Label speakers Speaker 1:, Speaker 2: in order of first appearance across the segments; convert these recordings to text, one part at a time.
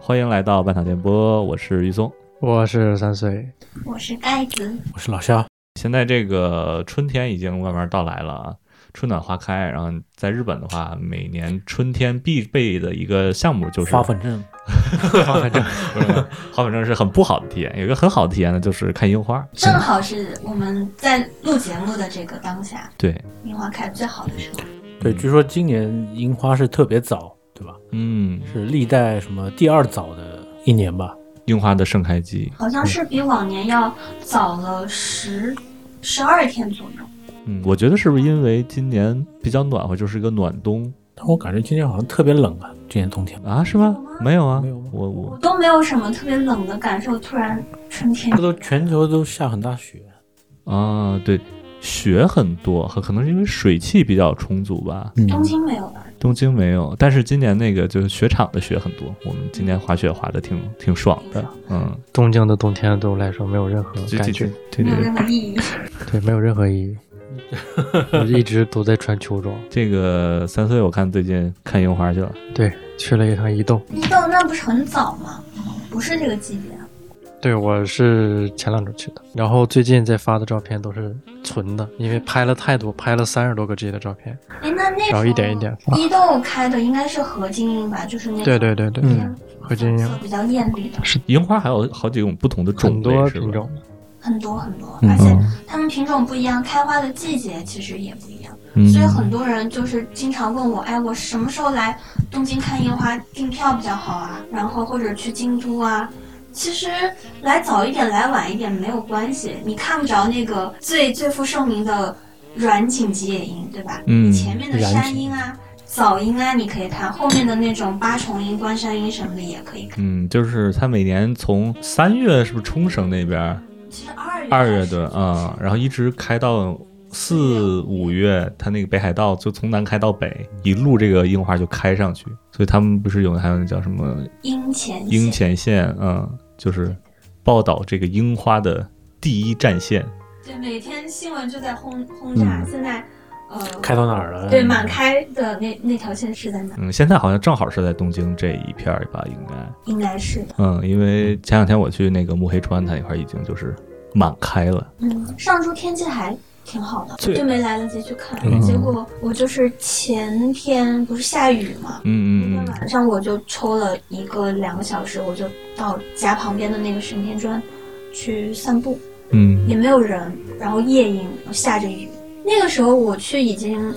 Speaker 1: 欢迎来到半场电波，我是玉松。
Speaker 2: 我是三岁，
Speaker 3: 我是盖迪，
Speaker 4: 我是老肖。
Speaker 1: 现在这个春天已经慢慢到来了啊，春暖花开。然后在日本的话，每年春天必备的一个项目就是
Speaker 4: 花粉症，
Speaker 2: 花粉症，
Speaker 1: 不是不是 花粉症是很不好的体验。有一个很好的体验呢，就是看樱花。
Speaker 3: 正好是我们在录节目的这个当下，
Speaker 1: 对，
Speaker 3: 樱花开得最好的时候。
Speaker 4: 对，据说今年樱花是特别早，对吧？
Speaker 1: 嗯，
Speaker 4: 是历代什么第二早的一年吧？
Speaker 1: 樱花的盛开季，
Speaker 3: 好像
Speaker 2: 嗯
Speaker 3: 是比往年要早了十十二天左右。
Speaker 1: 嗯，我觉得是不是因为今年比较暖和，就是一个暖冬
Speaker 4: 但我感觉今年好像特别冷啊，今年冬天。
Speaker 1: 啊？是吗？没有啊，
Speaker 4: 没有吗
Speaker 1: 我
Speaker 3: 我
Speaker 1: 我
Speaker 3: 都没有什么特别冷的感受，突然春天
Speaker 4: 这都全球都下很大雪，
Speaker 1: 啊，对，雪很多，很可能是因为水汽比较充足吧。
Speaker 4: 嗯
Speaker 3: 东京没有了，
Speaker 1: 东京没有，但是今年那个就是雪场的雪很多，我们今年滑雪滑的挺挺爽的，嗯，
Speaker 2: 东京的冬天对我来说啊没有任何
Speaker 1: 这
Speaker 2: 感
Speaker 1: 这
Speaker 2: 觉
Speaker 1: 这，这
Speaker 3: 没有
Speaker 1: 这
Speaker 3: 任何意义。
Speaker 2: 对，没有任何意 义。我一直都在穿秋装，
Speaker 1: 这个三岁我看最近看樱花去了，
Speaker 2: 对，去了一趟伊豆。
Speaker 3: 伊豆那不是很早吗？不是这个季节啊，
Speaker 2: 对，我是前两周去的，然后最近在发的照片都是存的，因为拍了太多，拍了三十多个 G 的照片。
Speaker 3: 哎，那那时
Speaker 2: 然
Speaker 3: 候
Speaker 2: 后一点一点发
Speaker 3: 伊豆开的应该是合金樱吧，就是那种
Speaker 2: 对对对对，
Speaker 4: 嗯
Speaker 2: 合金樱
Speaker 3: 比较艳丽的，
Speaker 1: 樱花还有好几种不同的种
Speaker 2: 很
Speaker 1: 类，
Speaker 2: 多
Speaker 1: 是吧
Speaker 2: 品种。
Speaker 3: 很多很多，
Speaker 4: 嗯
Speaker 3: 而且它们品种不一样，开花的季节其实也不一样。
Speaker 1: 嗯
Speaker 3: 所以很多人就是经常问我，哎，我什么时候来东京看樱花，订票比较好啊？然后或者去京都啊？其实来早一点，来晚一点没有关系，你看不着那个最最负盛名的软景吉野樱，对吧？
Speaker 1: 嗯
Speaker 3: 你前面的
Speaker 4: 软
Speaker 3: 山
Speaker 4: 景
Speaker 3: 樱啊、早樱啊，你可以看；后面的那种八重樱、关山樱什么的也可以看。
Speaker 1: 嗯，就是它每年从三月是不是冲绳那边儿
Speaker 3: 其实二月
Speaker 1: 二
Speaker 3: 开
Speaker 1: 月
Speaker 3: 始
Speaker 1: 对
Speaker 3: 就是
Speaker 1: 啊、然后一直开到四五月，它那个北海道就从南开到北，一路这个樱花就开上去，所以他们不是有还有那叫什么
Speaker 3: 樱前线
Speaker 1: 樱前线，嗯，就是报道这个樱花的第一战线。
Speaker 3: 对，每天新闻就在轰轰炸，
Speaker 4: 嗯
Speaker 3: 现在呃
Speaker 4: 开到哪儿
Speaker 1: 嗯
Speaker 4: 了？
Speaker 3: 对，满开的那那条线是在哪？
Speaker 1: 嗯，现在好像正好是在东京这一片儿吧，应该。
Speaker 3: 应该是的。
Speaker 1: 嗯，因为前两天我去那个目黑川，它那块儿已经就是满开了。
Speaker 3: 嗯，上周天气还挺好的，我
Speaker 1: 对
Speaker 3: 就没来得及去看。
Speaker 1: 嗯
Speaker 3: 结果我就是前天不是下雨嘛，那
Speaker 1: 嗯
Speaker 3: 天
Speaker 1: 嗯嗯，
Speaker 3: 晚上我就抽了一个两个小时，我就到家旁边的那个神田川去散步，
Speaker 1: 嗯
Speaker 3: 也没有人，然后夜莺下着雨。那个时候我去已经。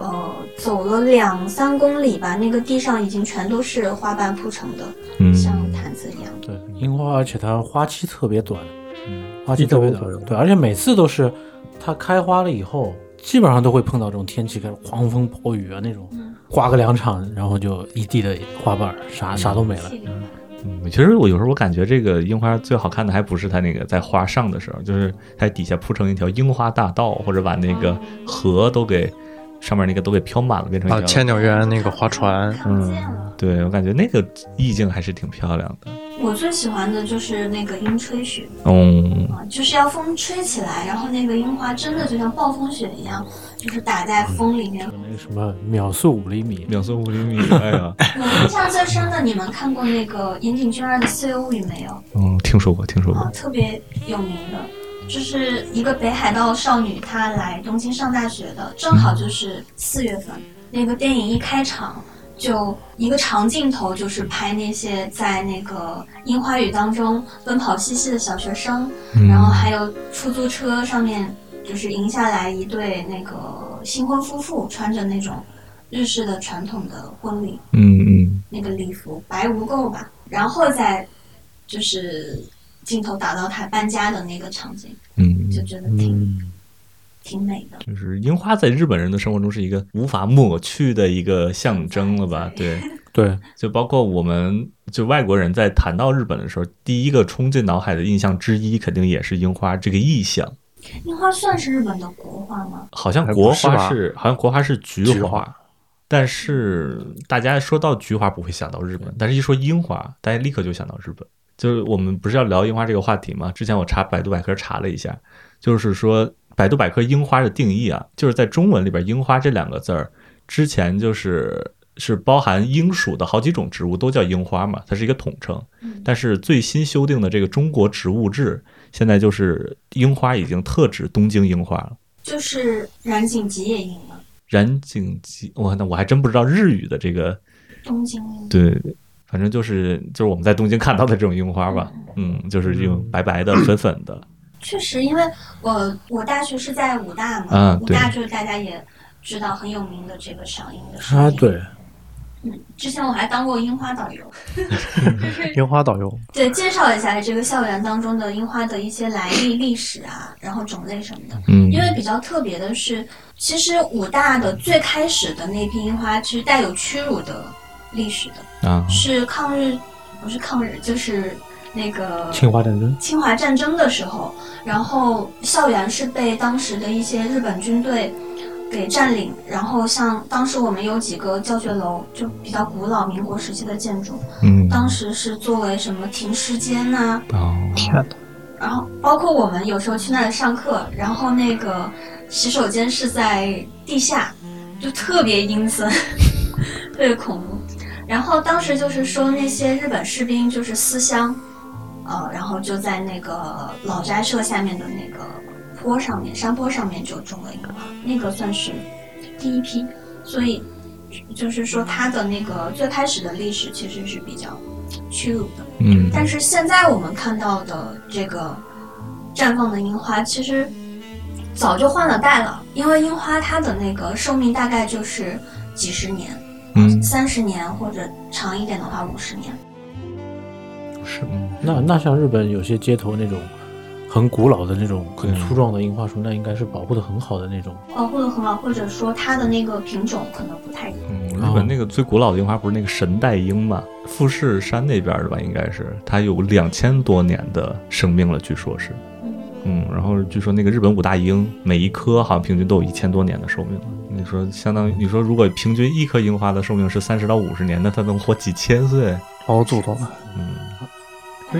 Speaker 3: 呃，走了两三公里吧，那个地上已经全都是花瓣铺成的，
Speaker 1: 嗯，
Speaker 3: 像毯子一样。
Speaker 4: 对，樱花，而且它花期特别短，
Speaker 1: 嗯
Speaker 4: 花期特别
Speaker 2: 一周左右
Speaker 4: 短。对，而且每次都是它开花了以后，基本上都会碰到这种天气，开始狂风暴雨啊那种，
Speaker 3: 嗯，
Speaker 4: 刮个两场，然后就一地的花瓣儿，啥啥都没了。
Speaker 3: 气流吧
Speaker 1: 嗯，其实我有时候我感觉这个樱花最好看的还不是它那个在花上的时候，就是它底下铺成一条樱花大道，或者把那个河都给上面那个都给飘满了，变成
Speaker 2: 啊，
Speaker 1: 一条。
Speaker 2: 千鸟园那个划船，
Speaker 3: 看不
Speaker 1: 嗯
Speaker 3: 见了。，
Speaker 1: 对我感觉那个意境还是挺漂亮的。
Speaker 3: 我最喜欢的就是那个樱吹雪
Speaker 1: 嗯，
Speaker 3: 啊，就是要风吹起来，然后那个樱花真的就像暴风雪一样，就是打在风里面。
Speaker 4: 那个什么秒速五厘米，
Speaker 1: 秒速五厘米，哎 呀，
Speaker 3: 我印象最深的，你们看过那个岩井俊二的《四月物语》没有？
Speaker 1: 嗯，听说过，听说
Speaker 3: 啊
Speaker 1: 过，，
Speaker 3: 特别有名的，就是一个北海道少女，她来东京上大学的，正好就是四月份。那个电影一开场，就一个长镜头，就是拍那些在那个樱花雨当中奔跑嬉戏的小学生，
Speaker 1: 嗯
Speaker 3: 然后还有出租车上面就是迎下来一对那个新婚夫妇，穿着那种日式的传统的婚礼
Speaker 1: 嗯嗯
Speaker 3: 那个礼服白无垢吧，然后再就是镜头打到他搬家的那个场景，
Speaker 1: 嗯，
Speaker 3: 就觉得挺、
Speaker 4: 嗯，
Speaker 3: 挺美的。
Speaker 1: 就是樱花在日本人的生活中是一个无法抹去的一个象征了吧？对，
Speaker 4: 对，
Speaker 1: 就包括我们就外国人在谈到日本的时候，第一个冲进脑海的印象之一，肯定也是樱花这个意象。
Speaker 3: 樱花算是日本的国花吗？
Speaker 1: 好像
Speaker 2: 还哎不
Speaker 1: 国
Speaker 2: 是
Speaker 1: 花
Speaker 2: 吧
Speaker 1: 是，好像国花是菊
Speaker 2: 菊花
Speaker 1: 但是大家说到菊花不会想到日本，但是一说樱花，大家立刻就想到日本。就是我们不是要聊樱花这个话题吗？之前我查百度百科查了一下，就是说百度百科樱花的定义啊，就是在中文里边“樱花”这两个字儿之前就是是包含樱属的好几种植物都叫樱花嘛，它是一个统称。
Speaker 3: 嗯
Speaker 1: 但是最新修订的这个《中国植物志》，现在就是樱花已经特指东京樱花了。
Speaker 3: 就是呃染井吉也赢了，
Speaker 1: 染井吉，哇，那我还真不知道日语的这个，
Speaker 3: 东京赢。
Speaker 1: 对，反正就是就是我们在东京看到的这种樱花吧，嗯，就是这种白白的、粉粉的，
Speaker 3: 确实，因为我呃我大学是在武大嘛，
Speaker 1: 啊
Speaker 3: 武
Speaker 1: 对
Speaker 3: 大就是大家也知道很有名的这个赏樱的事
Speaker 4: 啊，
Speaker 3: 情。
Speaker 4: 对，
Speaker 3: 之前我还当过樱花导游，
Speaker 2: 樱花导游，
Speaker 3: 对，介绍一下这个校园当中的樱花的一些来历、历史啊，然后种类什么的。
Speaker 1: 嗯
Speaker 3: 因为比较特别的是，其实武大的最开始的那批樱花是带有屈辱的历史的，
Speaker 1: 啊，
Speaker 3: 是抗日，不是抗日，就是那个
Speaker 4: 侵华战争，
Speaker 3: 侵华战争的时候，然后校园是被当时的一些日本军队给占领，然后像当时我们有几个教学楼，就比较古老民国时期的建筑，
Speaker 1: 嗯，
Speaker 3: 当时是作为什么停尸间呐、
Speaker 1: 哦，
Speaker 2: 天呐，
Speaker 3: 然后包括我们有时候去那里上课，然后那个洗手间是在地下，就特别阴森， 特别恐怖。然后当时就是说那些日本士兵就是思乡，呃，然后就在那个老斋社下面的那个坡上面，山坡上面就种了樱花，那个算是第一批，所以就是说它的那个最开始的历史其实是比较屈辱的。
Speaker 1: 嗯，
Speaker 3: 但是现在我们看到的这个绽放的樱花，其实早就换了代了，因为樱花它的那个寿命大概就是几十年，
Speaker 1: 嗯
Speaker 3: 三十年或者长一点的话五十年。
Speaker 2: 是
Speaker 1: 嗯
Speaker 4: 那那像日本有些街头那种很古老的那种很
Speaker 1: 对
Speaker 4: 粗壮的樱花树，那应该是保护的很好的那种。
Speaker 3: 保护的很好，或者说它的那个品种可能不太一样。
Speaker 1: 嗯，日本那个最古老的樱花不是那个神代樱嘛？富士山那边的吧，应该是它有两千多年的生命了，据说是。
Speaker 3: 嗯，
Speaker 1: 嗯，然后据说那个日本五大樱，每一棵好像平均都有一千多年的寿命了。你说相当于你说如果平均一棵樱花的寿命是三十到五十年，那它能活几千岁？
Speaker 2: 老祖宗了。
Speaker 1: 嗯，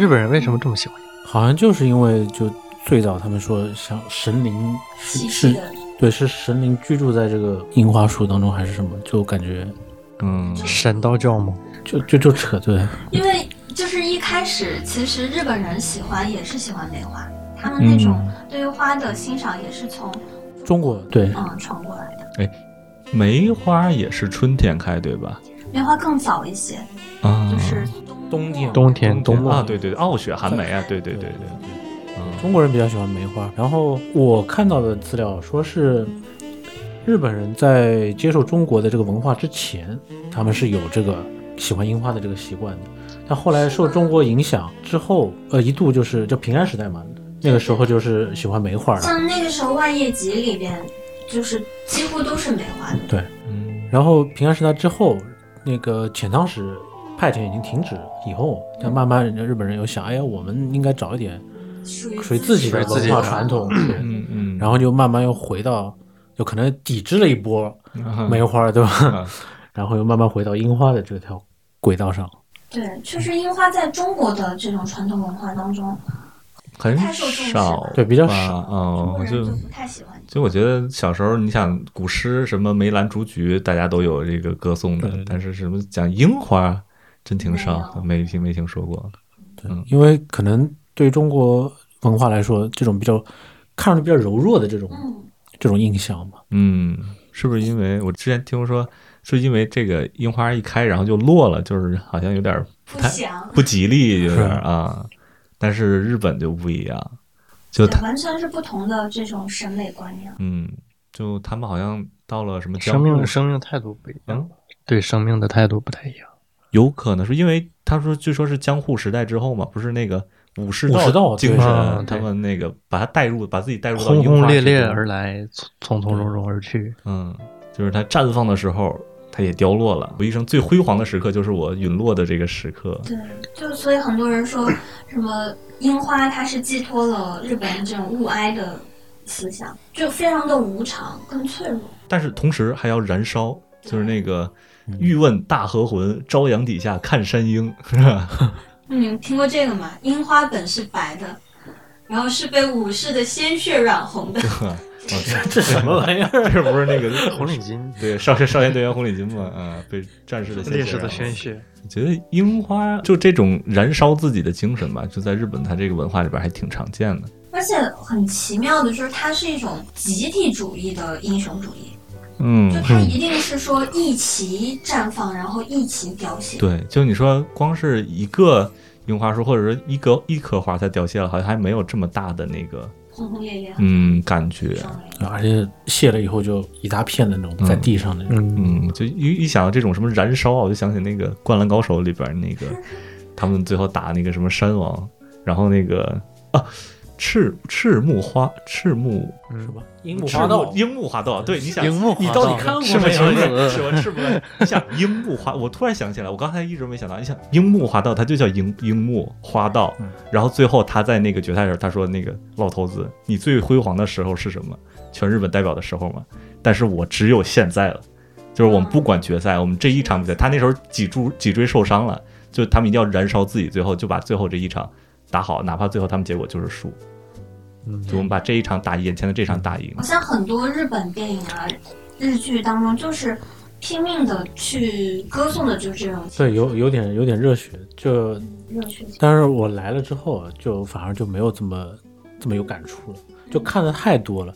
Speaker 2: 日本人为什么这么喜欢？
Speaker 4: 好像就是因为就最早他们说像神灵
Speaker 3: 栖
Speaker 4: 是
Speaker 3: 息
Speaker 4: 是
Speaker 3: 嗯的，
Speaker 4: 对是神灵居住在这个樱花树当中还是什么，就感觉
Speaker 1: 嗯，
Speaker 2: 神道教吗？
Speaker 4: 就就就扯对，
Speaker 3: 因为就是一开始其实日本人喜欢也是喜欢梅花，他们那
Speaker 2: 嗯
Speaker 3: 种对于花的欣赏也是从
Speaker 4: 中国对
Speaker 3: 嗯传过来的。
Speaker 1: 梅花也是春天开对吧？
Speaker 3: 梅花更早一些，
Speaker 1: 啊，
Speaker 3: 就是
Speaker 4: 嗯冬天
Speaker 2: 冬天
Speaker 1: 冬
Speaker 4: 末
Speaker 1: 啊，对对，对哦，雪寒梅啊，对对对对，
Speaker 4: 对，
Speaker 1: 嗯
Speaker 4: 中国人比较喜欢梅花。然后我看到的资料说是。日本人在接受中国的这个文化之前，他们是有这个喜欢樱花的这个习惯的。但后来受中国影响之后，呃，一度就是就平安时代嘛，那个时候就是喜欢梅花
Speaker 2: 嗯
Speaker 4: 了。
Speaker 3: 像那个时候万叶集里边，就是几乎都是梅花的。
Speaker 1: 嗯
Speaker 4: 然后平安时代之后，那个遣唐使派遣已经停止以后，那慢慢人家日本人有想，哎呀，我们应该找一点
Speaker 3: 属于
Speaker 4: 属于自己的
Speaker 2: 嗯属于自己
Speaker 4: 文
Speaker 2: 的
Speaker 4: 化传统，对
Speaker 1: 嗯嗯，
Speaker 4: 然后就慢慢又回到，就可能抵制了一波
Speaker 1: 后
Speaker 4: 梅花，对吧
Speaker 1: 嗯？
Speaker 4: 然后又慢慢回到樱花的这条轨道上。
Speaker 3: 对，确实樱花在中国的这种传统文化当中，
Speaker 1: 很
Speaker 3: 太受重视
Speaker 1: 少
Speaker 3: 了，
Speaker 4: 对比较
Speaker 1: 吧
Speaker 4: 少
Speaker 3: 中
Speaker 1: 哦
Speaker 3: 国，人
Speaker 1: 就
Speaker 3: 就不太喜欢。
Speaker 1: 就我觉得小时候，你想古诗什么梅兰竹菊，大家都有这个歌颂的
Speaker 4: 对，啊
Speaker 1: 但是什么讲樱花，真挺少的，没听没听说过。
Speaker 4: 对
Speaker 1: 嗯，
Speaker 4: 因为可能对中国文化来说，这种比较看上去比较柔弱的这种
Speaker 3: 嗯，
Speaker 4: 这种印象嘛，
Speaker 1: 嗯，是不是因为我之前听说，是因为这个樱花一开，然后就落了，就是好像有点
Speaker 3: 不
Speaker 1: 太
Speaker 3: 祥，
Speaker 1: 不吉利，有点
Speaker 4: 是
Speaker 1: 啊。但是日本就不一样，就
Speaker 3: 对
Speaker 1: 他
Speaker 3: 完全是不同的这种审美观念。
Speaker 1: 嗯，就他们好像到了什么江
Speaker 2: 生命
Speaker 1: 户
Speaker 2: 生命态度不一样
Speaker 1: 嗯，
Speaker 2: 对生命的态度不太一样。
Speaker 1: 有可能是因为他说，据说是江户时代之后嘛，不是那个武士
Speaker 4: 武士道
Speaker 1: 精
Speaker 4: 对
Speaker 2: 啊
Speaker 1: 神，他
Speaker 2: 对
Speaker 1: 们那个把他带入，把自己带入到
Speaker 2: 轰
Speaker 1: 樱
Speaker 2: 轰
Speaker 1: 花
Speaker 2: 烈
Speaker 1: 之
Speaker 2: 烈
Speaker 1: 中
Speaker 2: 而，来，从从容容而去。
Speaker 1: 嗯，就是它绽放的时候，它也凋落了。我一生最辉煌的时刻，就是我陨落的这个时刻。
Speaker 3: 对，就所以很多人 说什么樱花，它是寄托了日本这种物哀的思想，就非常的无常跟脆弱。
Speaker 1: 但是同时还要燃烧，就是那个
Speaker 2: 嗯
Speaker 1: 欲问大河魂，朝阳底下 看山樱，是吧？
Speaker 3: 嗯，你们听过这个吗？樱花本是白的，然后是被武士的鲜血染红 的。
Speaker 4: 这什么玩意 儿？
Speaker 1: 哦这不是那个
Speaker 2: 红领巾，
Speaker 1: 对少先少先队员红领巾嘛？啊，被战士的鲜
Speaker 2: 烈
Speaker 1: 血
Speaker 2: 士的
Speaker 1: 染红
Speaker 2: 鲜血，
Speaker 1: 我觉得樱花就这种燃烧自己的精神吧，就在日本，它这个文化里边还挺常见的。
Speaker 3: 而且很奇妙的就是，它是一种集体主义的英雄主义，
Speaker 1: 嗯
Speaker 3: 就，它一定是说一起绽放，然后一起凋谢。
Speaker 1: 对，就你说光是一个樱花树，或者说一个一棵花它凋谢了，好像还没有这么大的那个
Speaker 3: 轰轰烈烈，
Speaker 1: 嗯感觉。
Speaker 3: 伤人。
Speaker 4: 而且卸了以后就一大片的那种在地上的那种，
Speaker 2: 嗯，
Speaker 1: 嗯，就一一想到这种什么燃烧啊，我就想起那个《灌篮高手》里边那个，他们最后打那个什么山王，然后那个啊，赤赤木花赤木
Speaker 4: 是
Speaker 2: 嗯
Speaker 4: 吧？樱木
Speaker 1: 赤
Speaker 4: 花道
Speaker 1: 木，樱木花道，对，你想
Speaker 2: 樱木
Speaker 4: 你
Speaker 2: 花
Speaker 4: 到底
Speaker 2: 道
Speaker 4: 看过
Speaker 2: 赤木
Speaker 4: 没有
Speaker 2: 晴
Speaker 1: 不是
Speaker 2: 子
Speaker 1: 是，我赤木花，你想樱木花，我突然想起来，我刚才一直没想到，你想樱木花道，他就叫樱樱木花道
Speaker 4: 嗯，
Speaker 1: 然后最后他在那个决赛时候，他说那个老头子，你最辉煌的时候是什么？全日本代表的时候嘛，但是我只有现在了，就是我们不管决赛，我们这一场比赛，他那时候脊柱脊椎受伤了，就他们一定要燃烧自己，最后就把最后这一场打好，哪怕最后他们结果就是输，
Speaker 2: 嗯
Speaker 1: 就我们把这一场打眼前的这场打赢
Speaker 3: 好，像很多日本电影啊、日剧当中，就是拼命的去歌颂的就是这种
Speaker 4: 对，有有点有点热血。就
Speaker 3: 热血情
Speaker 4: 但是我来了之后啊，就反而就没有这么这么有感触了，就看的太多了。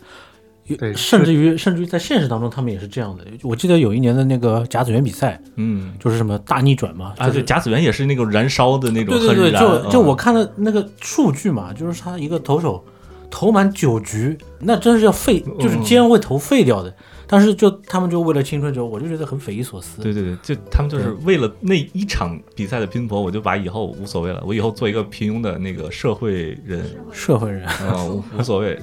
Speaker 4: 有
Speaker 2: 对
Speaker 4: 甚至于甚至于在现实当中，他们也是这样的。我记得有一年的那个甲子园比赛，
Speaker 1: 嗯。
Speaker 4: 就是什么大逆转嘛，
Speaker 1: 啊，
Speaker 4: 就
Speaker 1: 对，
Speaker 4: 是
Speaker 1: 甲子园也是那种燃烧的那种，
Speaker 4: 对
Speaker 1: 很
Speaker 4: 对对，
Speaker 1: 燃
Speaker 4: 就就
Speaker 1: 嗯
Speaker 4: 我看的那个数据嘛，就是他一个投手投满九局，那真是要废，就是
Speaker 1: 嗯
Speaker 4: 肩会投废掉的。但是就他们就为了青春球，我就觉得很匪夷所思。
Speaker 1: 对对对，就他们就是为了那一场比赛的拼搏，我就把以后无所谓了，我以后做一个平庸的那个社会人，
Speaker 3: 社
Speaker 4: 社会人，
Speaker 1: 啊、无无所谓。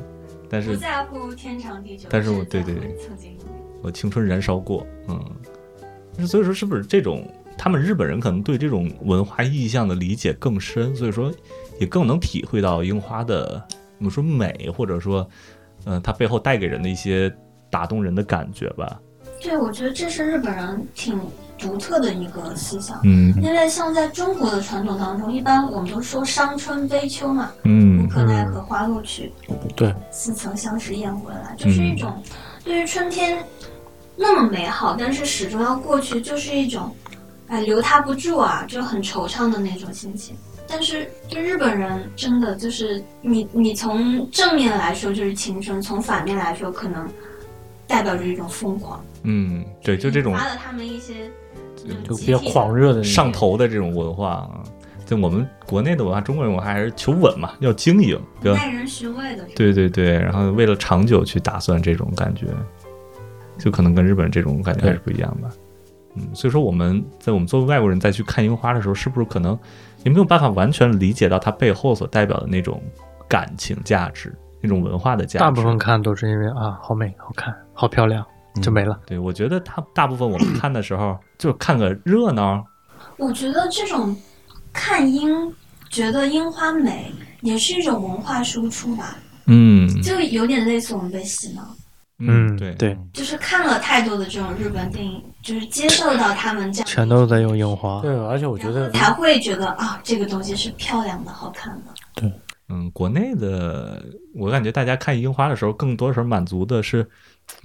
Speaker 1: 但
Speaker 3: 会，不
Speaker 1: 是
Speaker 3: 在乎天长地久。
Speaker 1: 但是我
Speaker 3: 只在乎
Speaker 1: 对对对
Speaker 3: 曾经
Speaker 1: 我青春燃烧过，嗯，所以说是不是这种他们日本人可能对这种文化意象的理解更深，所以说也更能体会到樱花的我们说美，或者说，嗯、它背后带给人的一些打动人的感觉吧，
Speaker 3: 对，我觉得这是日本人挺独特的一个思想。
Speaker 1: 嗯
Speaker 3: 因为像在中国的传统当中，一般我们都说伤春悲秋嘛，无
Speaker 1: 嗯
Speaker 3: 可奈何花落去，
Speaker 4: 对，
Speaker 3: 似曾相识燕回来，就是
Speaker 1: 嗯
Speaker 3: 一种对于春天那么美好，但是始终要过去，就是一种哎留它不住啊，就很惆怅的那种心情。但是对日本人真的就是你你从正面来说就是青春，从反面来说可能代表着一种疯狂，
Speaker 1: 嗯，对，就这种
Speaker 3: 发了他们一些嗯
Speaker 4: 就
Speaker 3: 集
Speaker 4: 比较
Speaker 3: 体的
Speaker 4: 狂热的那种
Speaker 1: 上头的这种文化啊。就我们国内的文化，中国人文化还是求稳嘛，要经营，对吧
Speaker 3: 耐人寻味的。
Speaker 1: 对对对，然后为了长久去打算这种感觉，就可能跟日本这种感觉还是不一样吧。嗯，所以说我们在我们作为外国人再去看樱花的时候，是不是可能也没有办法完全理解到它背后所代表的那种感情价值、那种文化的价值？
Speaker 2: 大部分看都是因为啊，好美、好看、好漂亮，就没了。
Speaker 1: 对，我觉得它大部分我们看的时候，就是看个热闹，
Speaker 3: 我觉得这种看樱，觉得樱花美，也是一种文化输出吧，
Speaker 1: 嗯
Speaker 3: 就有点类似我们被洗脑，
Speaker 1: 嗯，对
Speaker 2: 对，
Speaker 3: 就是看了太多的这种日本电影，就是接受到他们这样，
Speaker 2: 全都得用樱花。
Speaker 4: 对，而且我觉得
Speaker 3: 才会觉得啊，这个东西是漂亮的、好看的。
Speaker 1: 嗯，国内的我感觉大家看樱花的时候，更多时候满足的是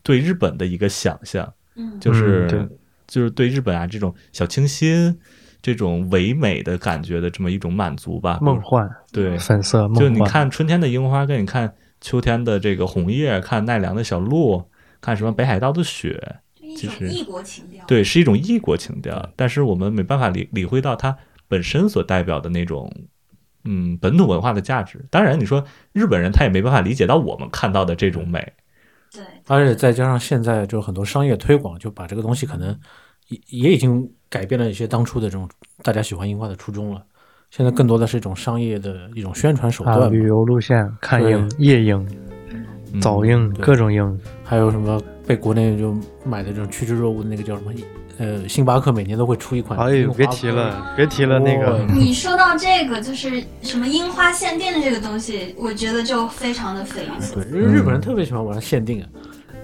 Speaker 1: 对日本的一个想象，
Speaker 3: 嗯，
Speaker 1: 就是、
Speaker 2: 嗯对
Speaker 1: 就是对日本啊这种小清新、这种唯美的感觉的这么一种满足吧。
Speaker 2: 梦幻、
Speaker 1: 对，
Speaker 2: 粉色、梦
Speaker 1: 就
Speaker 2: 幻。啊
Speaker 1: 你看春天的樱花，跟你看秋天的这个红叶，看奈良的小鹿，看什么北海道的雪，
Speaker 3: 嗯就一
Speaker 1: 其
Speaker 3: 种
Speaker 1: 实
Speaker 3: 异国情调。
Speaker 1: 对，是一种异国情调，但是我们没办法理理会到它本身所代表的那种，嗯，本土文化的价值。当然，你说日本人他也没办法理解到我们看到的这种美，
Speaker 3: 对，
Speaker 4: 而且再加上现在就很多商业推广，就把这个东西可能也也已经改变了一些当初的这种大家喜欢樱花的初衷了。现在更多的是一种商业的一种宣传手
Speaker 2: 啊，
Speaker 4: 段
Speaker 2: 旅
Speaker 4: 嘛，
Speaker 2: 游路线看
Speaker 4: 对
Speaker 2: 樱、夜樱、
Speaker 1: 嗯
Speaker 2: 早樱，
Speaker 4: 对
Speaker 2: 各种樱。
Speaker 4: 还有什么被国内就买的这种趋之若鹜的那个叫什么？呃，星巴克每年都会出一款。
Speaker 2: 哎呦，别提了，别提了，那个
Speaker 4: 哦
Speaker 3: 你说到这个，就是什么樱花限定这个东西，我觉得就非常的匪夷所思。
Speaker 4: 对，
Speaker 2: 嗯
Speaker 4: 因为日本人特别喜欢玩限定啊，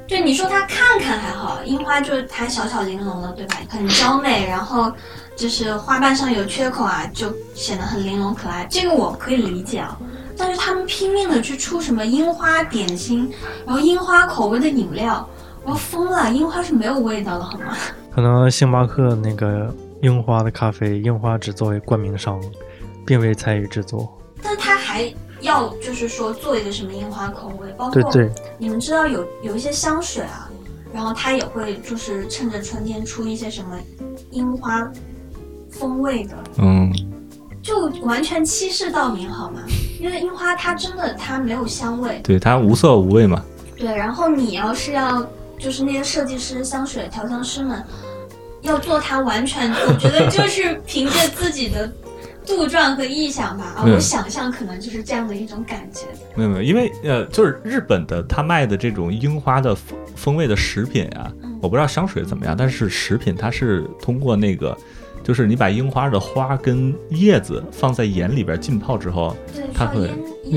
Speaker 3: 就你说它看看还好，樱花就还小巧玲珑的，对吧？很娇媚，然后就是花瓣上有缺口啊，就显得很玲珑可爱。这个我可以理解啊，但是他们拼命的去出什么樱花点心，然后樱花口味的饮料，我疯了，樱花是没有味道的好吗？
Speaker 2: 可能星巴克那个樱花的咖啡，樱花只作为冠名商，并未参与制作。
Speaker 3: 但他还要就是说做一个什么樱花口味，包
Speaker 2: 对
Speaker 3: 括
Speaker 2: 对，
Speaker 3: 你们知道有有一些香水啊，然后它也会就是趁着春天出一些什么樱花风味的，
Speaker 1: 嗯，
Speaker 3: 就完全欺世盗名好吗？因为樱花它真的它没有香味，
Speaker 1: 对，它无色无味嘛，
Speaker 3: 对。然后你要是要就是那些设计师、香水调香师们要做它，完全我觉得就是凭借自己的杜撰和臆想吧啊，
Speaker 1: 嗯
Speaker 3: 我想象可能就是这样的一种感觉。
Speaker 1: 没有没有，因为呃，就是日本的它卖的这种樱花的风风味的食品啊，
Speaker 3: 嗯
Speaker 1: 我不知道香水怎么样，但是食品它是通过那个，就是你把樱花的花跟叶子放在盐里边浸泡之后，
Speaker 3: 对，
Speaker 1: 它
Speaker 3: 放
Speaker 1: 会
Speaker 3: 烟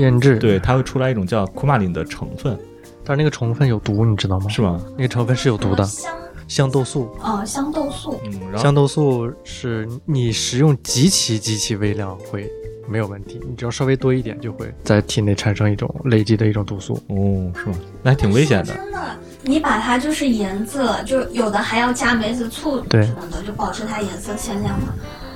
Speaker 2: 腌制。，
Speaker 1: 对，它会出来一种叫库玛林的成分，
Speaker 2: 但是那个成分有毒，你知道吗？
Speaker 1: 是吗？
Speaker 2: 那个成分是有毒的，
Speaker 3: 香
Speaker 2: 香豆素。
Speaker 3: 呃香豆素，
Speaker 1: 嗯，然后
Speaker 2: 香豆素是你食用极其极其微量会没有问题，你只要稍微多一点就会在体内产生一种累积的一种毒素。
Speaker 1: 哦，是吗？那还挺危险的
Speaker 3: 说。真的，你把它就是颜色，就是有的还要加梅子醋
Speaker 2: 对
Speaker 3: 什么的，就保持它颜色鲜亮嘛。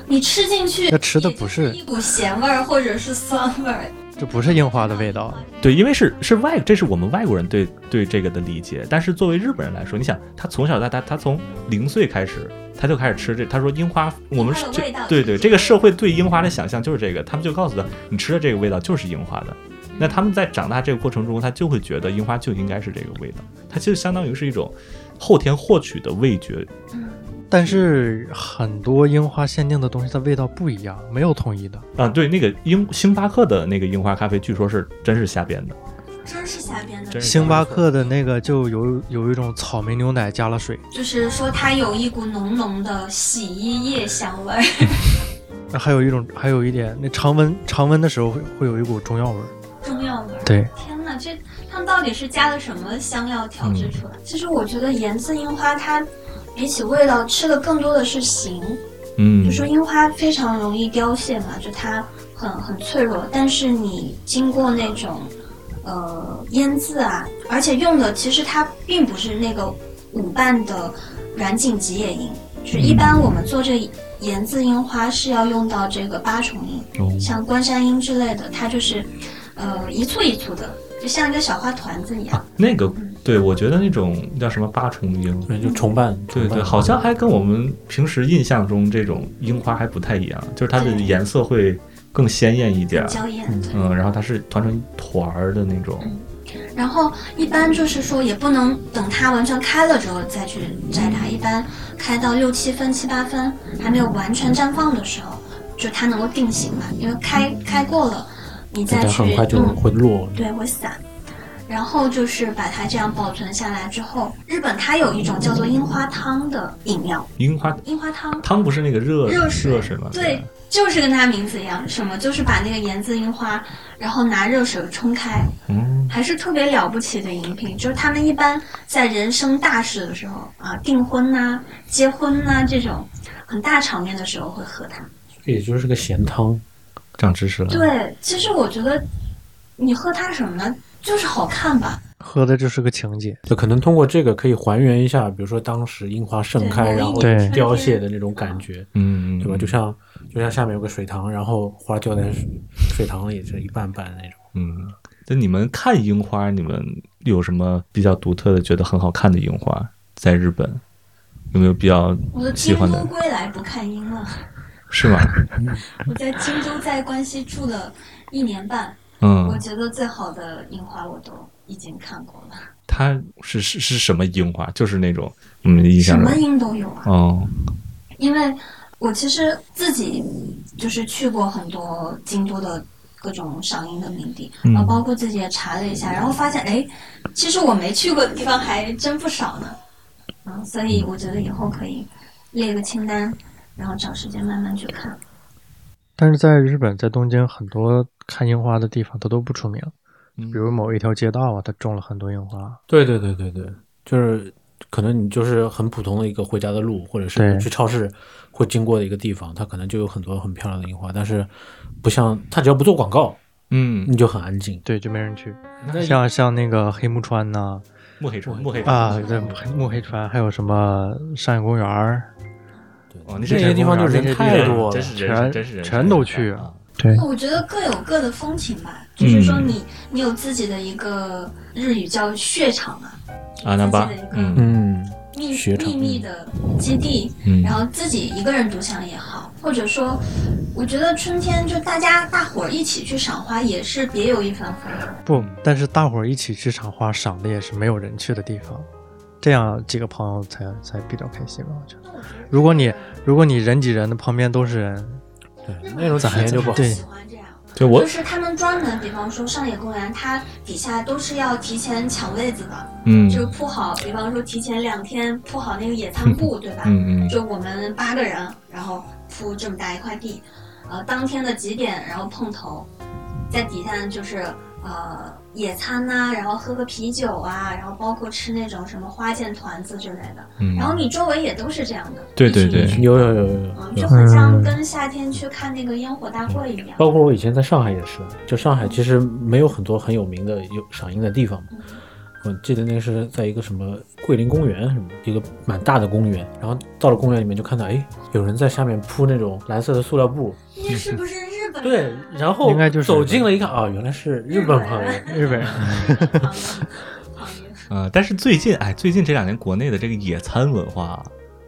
Speaker 3: 你吃进去，
Speaker 2: 那吃的不是
Speaker 3: 也就是一股咸味儿或者是酸味儿，
Speaker 2: 这不是樱花的味道，
Speaker 1: 对，因为是是外，这是我们外国人对对这个的理解。但是作为日本人来说，你想，他从小到大，他从零岁开始，他就开始吃这。他说樱花，我们是
Speaker 3: 有
Speaker 1: 这
Speaker 3: 味道
Speaker 1: 对对，
Speaker 3: 就是
Speaker 1: 这个社会对樱花的想象就是这个，他们就告诉他，你吃的这个味道就是樱花的。
Speaker 3: 嗯
Speaker 1: 那他们在长大这个过程中，他就会觉得樱花就应该是这个味道，它就相当于是一种后天获取的味觉。
Speaker 3: 嗯
Speaker 2: 但是很多樱花限定的东西它味道不一样，没有统一的。
Speaker 1: 啊，对，那个樱星巴克的那个樱花咖啡，据说是真是瞎编的，
Speaker 3: 真是瞎编的
Speaker 1: 真。是
Speaker 2: 星巴克的那个就有有一种草莓牛奶加了水，
Speaker 3: 就是说它有一股浓浓的洗衣液香味儿，
Speaker 2: 还有一种还有一点那常温常温的时候会会有一股中药味儿。
Speaker 3: 中药味儿。
Speaker 2: 对，
Speaker 3: 天呐，这他们到底是加了什么香料调
Speaker 2: 嗯
Speaker 3: 制出来？其实我觉得盐渍樱花它比起味道吃的更多的是形，
Speaker 1: 嗯
Speaker 3: 就，说樱花非常容易凋谢嘛，就它很很脆弱，但是你经过那种呃腌制啊，而且用的其实它并不是那个五瓣的软茎吉野樱，就是一
Speaker 1: 嗯
Speaker 3: 般我们做这个盐渍樱花是要用到这个八重樱，
Speaker 1: 哦
Speaker 3: 像关山樱之类的，它就是呃一簇一簇的，就像一个小花团子一样。
Speaker 1: 那个对我觉得那种叫什么八重樱，
Speaker 4: 对，就重瓣，
Speaker 1: 对
Speaker 4: 重瓣
Speaker 1: 对，好像还跟我们平时印象中这种樱花还不太一样，就是它的
Speaker 3: 对
Speaker 1: 颜色会更鲜艳一点儿，
Speaker 3: 娇艳，对。
Speaker 1: 嗯，然后它是团成一团儿的那种，
Speaker 3: 然后一般就是说，也不能等它完全开了之后再去摘它，一般开到六七分、七八分还没有完全绽放的时候，就它能够定型嘛，因为开开过了，你
Speaker 4: 对
Speaker 3: 再
Speaker 4: 它
Speaker 3: 去
Speaker 4: 嗯很快就
Speaker 3: 弄，
Speaker 4: 会落。
Speaker 3: 对，会散。然后就是把它这样保存下来之后，日本它有一种叫做樱花汤的饮料，
Speaker 1: 樱花
Speaker 3: 樱花汤，
Speaker 1: 汤不是那个热
Speaker 3: 热水
Speaker 1: 热水吗？
Speaker 3: 对，就是跟它名字一样，什么就是把那个盐渍樱花，然后拿热水冲开，
Speaker 1: 嗯，
Speaker 3: 还是特别了不起的饮品，就是他们一般在人生大事的时候啊，订婚呐、结婚呐、这种很大场面的时候会喝它。
Speaker 4: 也就是个咸汤，
Speaker 1: 长知识了。
Speaker 3: 对，其实我觉得你喝它什么呢？就是好看吧，
Speaker 2: 喝的就是个情节。
Speaker 4: 就可能通过这个可以还原一下，比如说当时樱花盛开，
Speaker 3: 对
Speaker 4: 然后
Speaker 2: 对
Speaker 4: 凋谢的那种感觉，
Speaker 1: 嗯，嗯
Speaker 4: 对吧？就像就像下面有个水塘，然后花掉在水水塘里，就是一瓣瓣那种。
Speaker 1: 嗯，那你们看樱花，你们有什么比较独特的、觉得很好看的樱花？在日本有没有比较
Speaker 3: 我都
Speaker 1: 喜
Speaker 3: 京
Speaker 1: 欢
Speaker 3: 都
Speaker 1: 的？
Speaker 3: 归来不看樱了。
Speaker 1: 是 吗？
Speaker 3: 我在京都在关西住了一年半，我
Speaker 1: 嗯，
Speaker 3: 觉得最好的樱花我都已经看过了，
Speaker 1: 它是是是什么樱花？就是那种我们印
Speaker 3: 什
Speaker 1: 象
Speaker 3: 么
Speaker 1: 中，
Speaker 3: 樱都有啊。
Speaker 1: 哦，
Speaker 3: 因为我其实自己就是去过很多京都的各种赏樱的名地，
Speaker 1: 嗯
Speaker 3: 然后包括自己也查了一下，然后发现哎，其实我没去过的地方还真不少呢。嗯，所以我觉得以后可以列个清单，然后找时间慢慢去看。
Speaker 2: 但是在日本，在东京很多看樱花的地方，它都不出名。
Speaker 1: 嗯
Speaker 2: 比如某一条街道啊，它种了很多樱花。
Speaker 4: 对对对对对，就是可能你就是很普通的一个回家的路，或者是
Speaker 2: 对
Speaker 4: 去超市会经过的一个地方，它可能就有很多很漂亮的樱花，但是不像它只要不做广告，
Speaker 1: 嗯，
Speaker 4: 你就很安静。
Speaker 2: 对，就没人去。
Speaker 1: 那
Speaker 2: 像像那个黑木川呐、
Speaker 1: 墨黑川，墨黑
Speaker 2: 啊，
Speaker 1: 川
Speaker 2: 啊，对，黑木黑川，还有什么上野公园儿，
Speaker 4: 对
Speaker 1: 哦，
Speaker 4: 那
Speaker 1: 那是
Speaker 4: 些地方就
Speaker 2: 那
Speaker 4: 人
Speaker 2: 些地
Speaker 4: 太
Speaker 2: 方
Speaker 4: 多
Speaker 1: 哎啊
Speaker 4: 了
Speaker 1: 真，是人
Speaker 2: 全
Speaker 1: 真是人
Speaker 2: 全都去
Speaker 1: 啊。
Speaker 2: 对
Speaker 3: 我觉得各有各的风情吧，就是说你你有自己的一个日语叫血场嘛，
Speaker 1: 阿南巴
Speaker 3: 自己的一，个
Speaker 1: 嗯
Speaker 4: 嗯，
Speaker 3: 秘
Speaker 4: 雪场
Speaker 3: 秘密的基地，
Speaker 1: 嗯
Speaker 3: 然后自己一个人独享也好，或者说，我觉得春天就大家大伙儿一起去赏花也是别有一番风味。
Speaker 2: 不，但是大伙儿一起去赏花，赏的也是没有人去的地方，这样几个朋友才才比较开心吧，我觉得。如果你如果你人挤人的旁边都是人，
Speaker 4: 嗯对，那种体验就不好。
Speaker 2: 对
Speaker 3: 喜欢这样。
Speaker 1: 对我
Speaker 3: 就是他们专门，比方说上野公园，它底下都是要提前抢位子的，
Speaker 1: 嗯
Speaker 3: 就铺好，比方说提前两天铺好那个野餐布，对吧？
Speaker 1: 嗯嗯
Speaker 3: 就我们八个人，然后铺这么大一块地，呃，当天的几点，然后碰头，在底下就是呃野餐呐、然后喝个啤酒啊，然后包括吃那种什么花见团子之类的，
Speaker 1: 嗯，
Speaker 3: 然后你周围也都是这样的，
Speaker 1: 对
Speaker 3: 一群
Speaker 1: 对对
Speaker 3: 一群
Speaker 4: 有有有有
Speaker 3: 嗯，就
Speaker 4: 有，
Speaker 3: 很像跟夏天去看那个烟火大会一样。
Speaker 1: 嗯
Speaker 4: 包括我以前在上海也是，就上海其实没有很多很有名的有赏樱的地方嘛。
Speaker 3: 嗯
Speaker 4: 我记得那个是在一个什么桂林公园什么一个蛮大的公园，然后到了公园里面就看到，哎，有人在下面铺那种蓝色的塑料布，
Speaker 3: 那是不是日本
Speaker 4: 对
Speaker 3: 人，
Speaker 4: 然后
Speaker 2: 应该就是
Speaker 4: 走近了一看，啊，原来是日本朋友，
Speaker 2: 日本人
Speaker 3: 啊？好晕
Speaker 1: 呃，但是最近哎，最近这两年国内的这个野餐文化，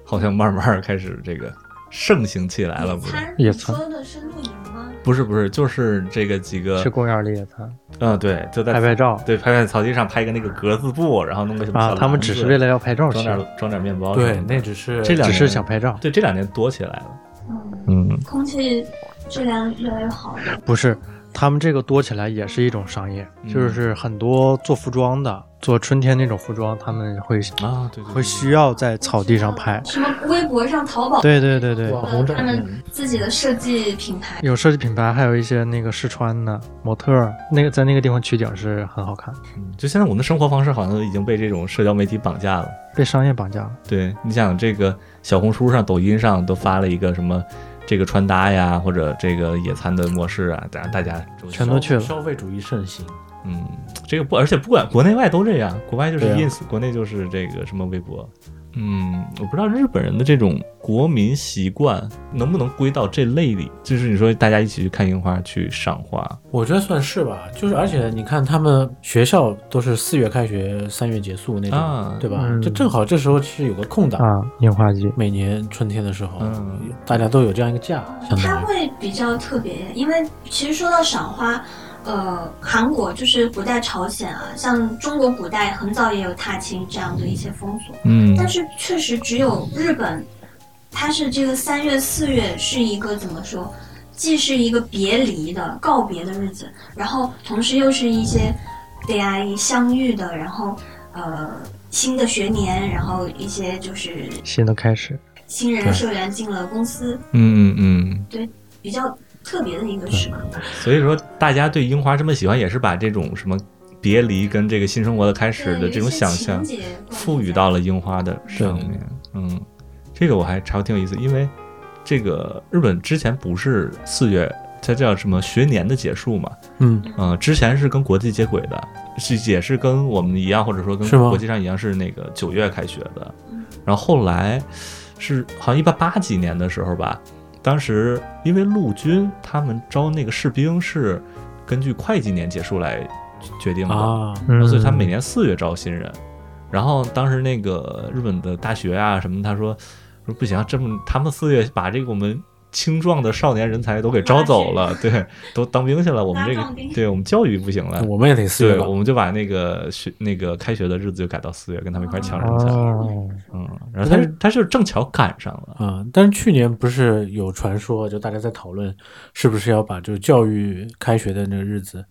Speaker 1: 好像慢慢儿开始这个盛行起 来了，不是？
Speaker 3: 餐，
Speaker 2: 野
Speaker 3: 你
Speaker 2: 餐
Speaker 3: 说的是露营吗？
Speaker 1: 不是不是，就是这个几个
Speaker 2: 去，公园里野餐、
Speaker 1: 嗯、对，就在
Speaker 2: 拍拍照
Speaker 1: 对拍拍草地上拍个那个格子布，然后弄个什么
Speaker 2: 啊，
Speaker 1: 小
Speaker 2: 他们
Speaker 1: 篮
Speaker 2: 只
Speaker 1: 子
Speaker 2: 是为了要拍照
Speaker 1: 装
Speaker 2: 去，
Speaker 1: 点装点面包什么的，
Speaker 4: 对，那只是
Speaker 1: 这两年
Speaker 2: 只是想拍照。
Speaker 1: 对这两年多起来了，
Speaker 3: 嗯，
Speaker 1: 嗯
Speaker 3: 空气质量越来越好了。
Speaker 2: 不是，他们这个多起来也是一种商业，
Speaker 1: 嗯
Speaker 2: 就是很多做服装的，做春天那种服装，他们会
Speaker 1: 啊，对对对
Speaker 2: 会需要在草地上拍。
Speaker 3: 什么微博上、淘宝呃
Speaker 2: 对对对对，
Speaker 4: 网红照
Speaker 3: 他，们自己的设计品牌，
Speaker 2: 有设计品牌，还有一些那个试穿的模特儿，那个在那个地方取景是很好看，
Speaker 1: 嗯就现在我们的生活方式好像已经被这种社交媒体绑架了。
Speaker 2: 被商业绑架了。
Speaker 1: 对，你想这个小红书上、抖音上都发了一个什么这个穿搭呀，或者这个野餐的模式啊，大大家就
Speaker 2: 全都去了
Speaker 4: 消费主义盛行，
Speaker 1: 嗯，这个不，而且不管国内外都这样，国外就是
Speaker 4: 对啊
Speaker 1: ins，、国内就是这个什么微博。嗯，我不知道日本人的这种国民习惯能不能归到这类里，就是你说大家一起去看樱花、去赏花，
Speaker 4: 我觉得算是吧。就是而且你看，他们学校都是四月开学，三月结束那种，
Speaker 1: 啊
Speaker 4: 对吧？
Speaker 2: 嗯
Speaker 4: 就正好这时候是有个空档，
Speaker 2: 啊，樱花季，
Speaker 4: 每年春天的时候，
Speaker 1: 嗯
Speaker 4: 大家都有这样一个假，相
Speaker 3: 它
Speaker 4: 当于
Speaker 3: 会比较特别，因为其实说到赏花。呃，韩国就是古代朝鲜啊，像中国古代很早也有踏青这样的一些风俗，
Speaker 1: 嗯
Speaker 3: 但是确实只有日本，它是这个三月四月是一个怎么说，既是一个别离的告别的日子，然后同时又是一些恋爱相遇的，然后呃新的学年，然后一些就是
Speaker 2: 新的开始。
Speaker 3: 新人
Speaker 4: 对
Speaker 3: 社员进了公司，
Speaker 1: 嗯嗯嗯，
Speaker 3: 比较特别的一个时刻吧。
Speaker 1: 所以说大家对樱花这么喜欢，也是把这种什么别离跟这个新生活的开始
Speaker 3: 对
Speaker 1: 的这种想象，，
Speaker 3: 有一些情节嗯
Speaker 1: 赋予到了樱花的上
Speaker 4: 对
Speaker 1: 面。嗯，这个我还查过挺有意思，因为这个日本之前不是四月，它叫什么学年的结束嘛？
Speaker 4: 嗯，
Speaker 1: 嗯、之前是跟国际接轨的，是也是跟我们一样，或者说跟
Speaker 4: 是吗
Speaker 1: 国际上一样是那个九月开学的
Speaker 3: 嗯。
Speaker 1: 然后后来是好像一八八几年的时候吧，当时因为陆军他们招那个士兵是根据会计年结束来决定的，
Speaker 4: 啊，
Speaker 1: 然
Speaker 2: 嗯，
Speaker 1: 后哦所以他每年四月招新人。然后当时那个日本的大学啊什么，他说说不行，这么他们四月把这个我们青壮的少年人才都给招走了， 对，都当兵去了，我们这
Speaker 3: 拉壮
Speaker 1: 个
Speaker 3: 丁
Speaker 1: 对我们教育不行了。
Speaker 4: 我们也得四月
Speaker 1: 对，
Speaker 4: 吧
Speaker 1: 我，们就把那个学那个开学的日子就改到四月，跟他们一块儿抢人才。
Speaker 2: 哦，
Speaker 1: 嗯，然后他是他是正巧赶上了，
Speaker 4: 啊、但是去年不是有传说，就大家在讨论是不是要把就是教育开学的那个日子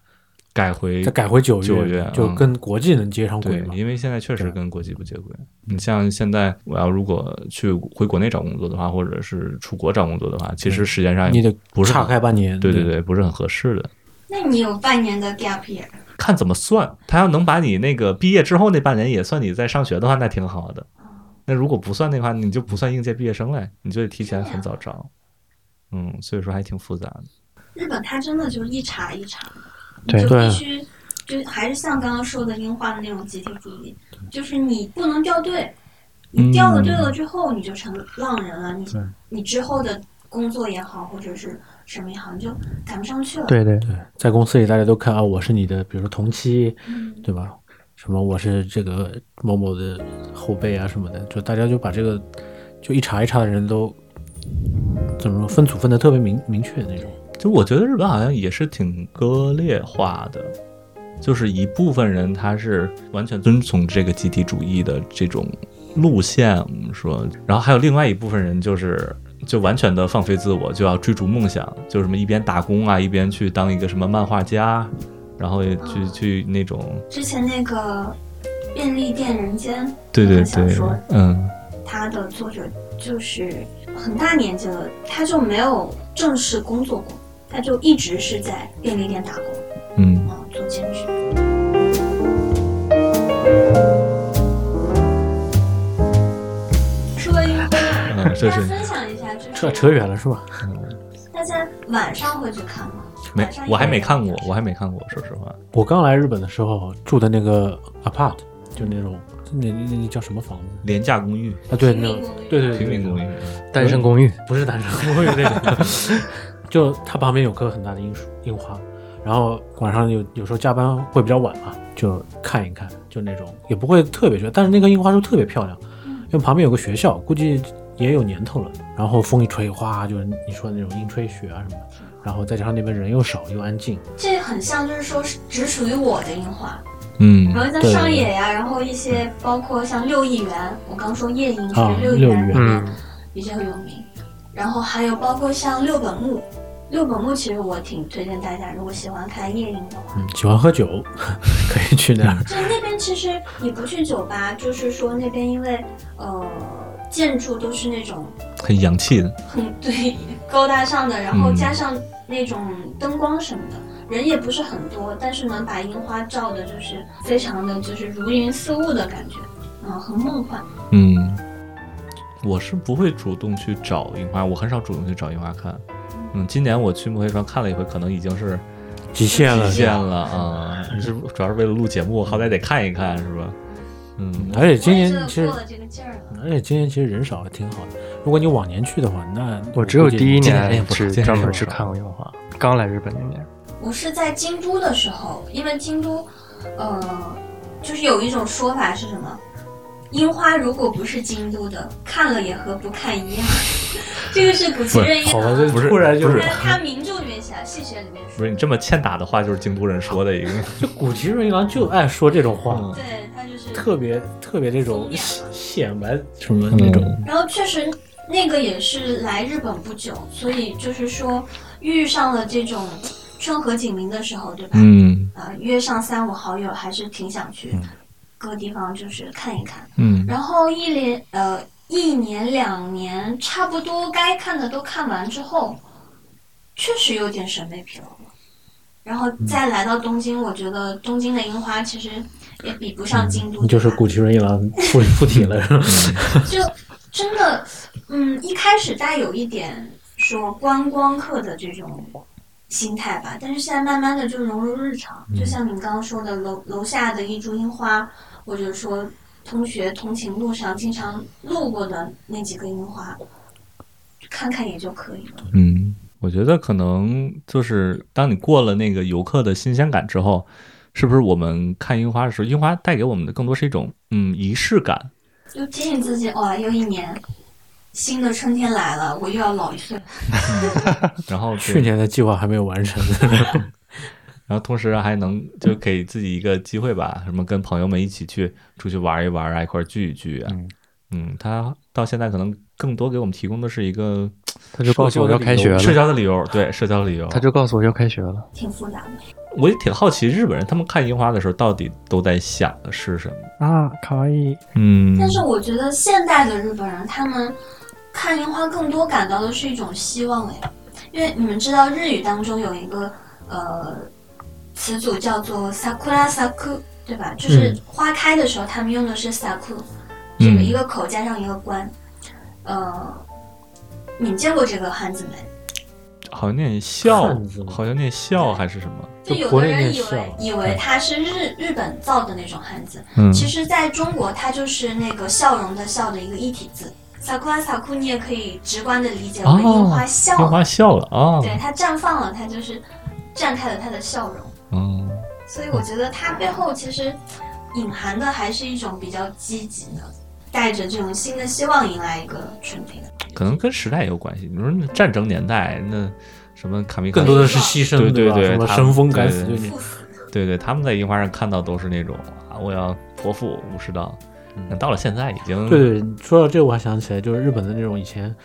Speaker 1: 改回
Speaker 4: 再改回九月，
Speaker 1: 九月
Speaker 4: 就
Speaker 1: 嗯
Speaker 4: 跟国际能接上轨
Speaker 1: 对，
Speaker 4: 嘛。
Speaker 1: 因为现在确实
Speaker 4: 对
Speaker 1: 跟国际不接轨。你像现在我要如果去回国内找工作的话，或者是出国找工作的话，其实时间上也
Speaker 4: 你得
Speaker 1: 不是
Speaker 4: 岔
Speaker 1: 很
Speaker 4: 开半年，
Speaker 1: 对对对，不是很合适的。
Speaker 3: 那你有半年的 gap year，
Speaker 1: 看怎么算，他要能把你那个毕业之后那半年也算你在上学的话，那挺好的。那如果不算的话，你就不算应届毕业生嘞，你就得提前很早找。嗯，所以说还挺复杂的。
Speaker 3: 日本它真的就一茬一茬的，
Speaker 2: 对
Speaker 3: 你就
Speaker 4: 对
Speaker 3: 必须就还是像刚刚说的樱花的那种集体主义，就是你不能掉队，你掉
Speaker 1: 嗯
Speaker 3: 了队了之后你就成浪人了，你
Speaker 2: 对
Speaker 3: 你之后的工作也好或者是什么也好，你就赶不上去了。
Speaker 2: 对对
Speaker 4: 对，在公司里大家都看啊，我是你的，比如说同期，
Speaker 3: 嗯，
Speaker 4: 对吧？什么我是这个某某的后辈啊什么的，就大家就把这个就一茬一茬的人都怎么说分组分的特别明明确那种。
Speaker 1: 就我觉得日本好像也是挺割裂化的，就是一部分人他是完全遵从这个集体主义的这种路线，我们说，然后还有另外一部分人就是就完全的放飞自我，就要追逐梦想，就什么一边打工啊，一边去当一个什么漫画家，然后也去
Speaker 4: 啊
Speaker 1: 去那种，
Speaker 3: 之前那个便利店人间，
Speaker 1: 对对
Speaker 3: 小
Speaker 1: 对
Speaker 3: 说，
Speaker 1: 嗯，
Speaker 3: 它的作者就是很大年纪了，他就没有正式工作过，他就一直是在便利店打工，
Speaker 1: 嗯。
Speaker 3: 啊，做兼职。说了一会儿，
Speaker 1: 嗯，这
Speaker 3: 大
Speaker 1: 是
Speaker 3: 家分享一下，就是
Speaker 4: 扯扯远了是吧？
Speaker 3: 大家晚上会去看吗？
Speaker 1: 没
Speaker 3: 晚上，
Speaker 1: 我还没
Speaker 3: 一般
Speaker 1: 看过，
Speaker 4: 嗯
Speaker 1: 我还没看过，说实话，
Speaker 4: 我刚来日本的时候住的那个 apart，就那种那那那叫什么房子
Speaker 1: 廉价公寓、
Speaker 4: 啊？对，
Speaker 3: 平
Speaker 4: 那
Speaker 3: 民
Speaker 4: 种
Speaker 3: 公寓
Speaker 4: 对对对
Speaker 1: 平民公
Speaker 4: 寓，
Speaker 1: 寓，
Speaker 2: 单身公寓，
Speaker 4: 不是单身公寓那种， 就它旁边有棵很大的樱树樱花，然后晚上有有时候加班会比较晚嘛，就看一看，就那种也不会特别绝，但是那棵樱花树特别漂亮，因为旁边有个学校，估计也有年头了，然后风一吹，哗，就是你说的那种樱吹雪啊什么的，然后再加上那边人又少又安静，
Speaker 3: 这很像，就是说是只属于我的樱花，
Speaker 1: 嗯
Speaker 3: 然后像上野呀、然后一些包括像六亿元，我刚说夜樱
Speaker 4: 啊
Speaker 3: 是亿
Speaker 4: 六
Speaker 3: 元
Speaker 4: 亿
Speaker 3: 里
Speaker 4: 园
Speaker 3: 面
Speaker 2: 嗯，
Speaker 3: 比较有名，然后还有包括像六本木，六本木其实我挺推荐大家，如果喜欢看夜樱的话，
Speaker 4: 嗯，喜欢喝酒 可以去那儿，
Speaker 3: 就那边其实你不去酒吧，就是说那边因为呃建筑都是那种
Speaker 1: 很洋气的，
Speaker 3: 很对高大上的，然后
Speaker 1: 嗯
Speaker 3: 加上那种灯光什么的，人也不是很多，但是能把樱花照的，就是非常的就是如云似雾的感觉，嗯，很梦幻。
Speaker 1: 嗯，我是不会主动去找樱花，我很少主动去找樱花看，嗯，今年我去木黑川看了一回，可能已经是
Speaker 4: 极限了
Speaker 1: 极。限了啊，你是主要是为了录节目，我好歹得看一看，是吧？嗯，
Speaker 4: 而且今
Speaker 3: 我也
Speaker 4: 年
Speaker 3: 觉得
Speaker 4: 其实
Speaker 3: 过了这个劲儿了，
Speaker 4: 而且今年其实人少，挺好的。如果你往年去的话，那
Speaker 2: 我只有
Speaker 4: 估计哎
Speaker 2: 第一
Speaker 1: 今年也
Speaker 2: 年
Speaker 1: 不少
Speaker 2: 去
Speaker 1: 今年
Speaker 2: 专
Speaker 1: 也
Speaker 2: 门
Speaker 1: 不
Speaker 2: 去
Speaker 1: 少
Speaker 2: 看过樱花，刚来日本那年，
Speaker 3: 我是在京都的时候，因为京都，呃，就是有一种说法是什么？樱花如果不是京都的，看了也和不看一样。 这个是古奇任一
Speaker 4: 好吧，
Speaker 3: 郎，
Speaker 4: 这
Speaker 1: 不是
Speaker 4: 突然就
Speaker 1: 不是
Speaker 3: 他他名著里面写，戏学里面
Speaker 1: 不
Speaker 3: 说
Speaker 1: 是，你这么欠打的话，就是京都人说的一个，
Speaker 4: 就古奇瑞郎就爱说这种
Speaker 1: 嗯
Speaker 4: 话，
Speaker 3: 对他就是
Speaker 4: 特别特别这种
Speaker 3: 嗯
Speaker 4: 显显摆什
Speaker 1: 嗯
Speaker 4: 么那种。
Speaker 3: 然后确实，那个也是来日本不久，所以就是说遇上了这种春和景明的时候，对吧？
Speaker 1: 嗯
Speaker 3: 啊、约上三五好友还是挺想去各地方就是看一看。
Speaker 1: 嗯
Speaker 3: 然后一连呃一年两年，差不多该看的都看完之后，确实有点审美疲劳了。然后
Speaker 4: 嗯
Speaker 3: 再来到东京，我觉得东京的樱花其实也比不上京都的吧。
Speaker 4: 嗯就是古奇瑞郎附附体了，是吧
Speaker 3: 就真的，嗯，一开始带有一点说观光客的这种心态吧，但是现在慢慢的就融入日常，就像您刚刚说的，楼楼下的一株樱花，或者说同学通勤路上经常路过的那几个樱花，看看也就可以了。
Speaker 1: 嗯，我觉得可能就是当你过了那个游客的新鲜感之后，是不是我们看樱花的时候，樱花带给我们的更多是一种嗯仪式感？
Speaker 3: 就提醒自己，哇，又一年，新的春天来了，我又要老一岁了。
Speaker 1: 然后
Speaker 4: 去年的计划还没有完 成。
Speaker 1: 然后同时还能就给自己一个机会吧，什么跟朋友们一起去出去玩一玩啊，一块儿聚一聚啊。
Speaker 4: 嗯
Speaker 1: 嗯，他到现在可能更多给我们提供的是一个
Speaker 2: 他就告诉我要开学
Speaker 1: 社
Speaker 2: 了，
Speaker 1: 交的理由，对社交理由。
Speaker 2: 他就告诉我要开学了。
Speaker 3: 挺复杂的，
Speaker 1: 我也挺好奇日本人他们看樱花的时候到底都在想的是什么。
Speaker 2: 啊，卡哇伊，
Speaker 1: 嗯，
Speaker 3: 嗯但是我觉得现代的日本人，他们看樱花更多感到的是一种希望哎，因为你们知道日语当中有一个呃词组叫做 sakura saku，对吧？就是花开的时候，他们用的是 saku，这个
Speaker 1: 嗯
Speaker 3: 一个口加上一个关，呃，你们见过这个汉字没？
Speaker 1: 好像念孝
Speaker 4: 汉字，吗
Speaker 1: 好像念孝还是什么？
Speaker 3: 就
Speaker 4: 就
Speaker 3: 有
Speaker 4: 国
Speaker 3: 的
Speaker 4: 内
Speaker 3: 人
Speaker 4: 电
Speaker 3: 以
Speaker 4: 视啊
Speaker 3: 为以为它是日日本造的那种汉字，
Speaker 1: 嗯
Speaker 3: 其实在中国它就是那个笑容的笑的一个一体字。萨库拉萨库，你也可以直观的理解为樱花笑
Speaker 1: 哦樱
Speaker 3: 了，
Speaker 1: 花笑了啊，
Speaker 3: 对它绽放了，它就是绽开了它的笑容。
Speaker 1: 嗯，
Speaker 3: 所以我觉得它背后其实隐含的还是一种比较积极的，带着这种新的希望迎来一个春天。
Speaker 1: 可能跟时代也有关系。你说那战争年代，那什么卡米卡
Speaker 4: 更多的是牺牲，
Speaker 1: 对对
Speaker 4: 吧？
Speaker 1: 对
Speaker 4: 什么
Speaker 1: 他
Speaker 4: 神风敢
Speaker 1: 对
Speaker 4: 死
Speaker 1: 对
Speaker 4: 队，你
Speaker 3: 赴死，
Speaker 1: 对对，他们在樱花上看到都是那种啊，我要泼妇武士刀。那到了现在已经
Speaker 4: 嗯对对，说到这个我还想起来，就是日本的那种以前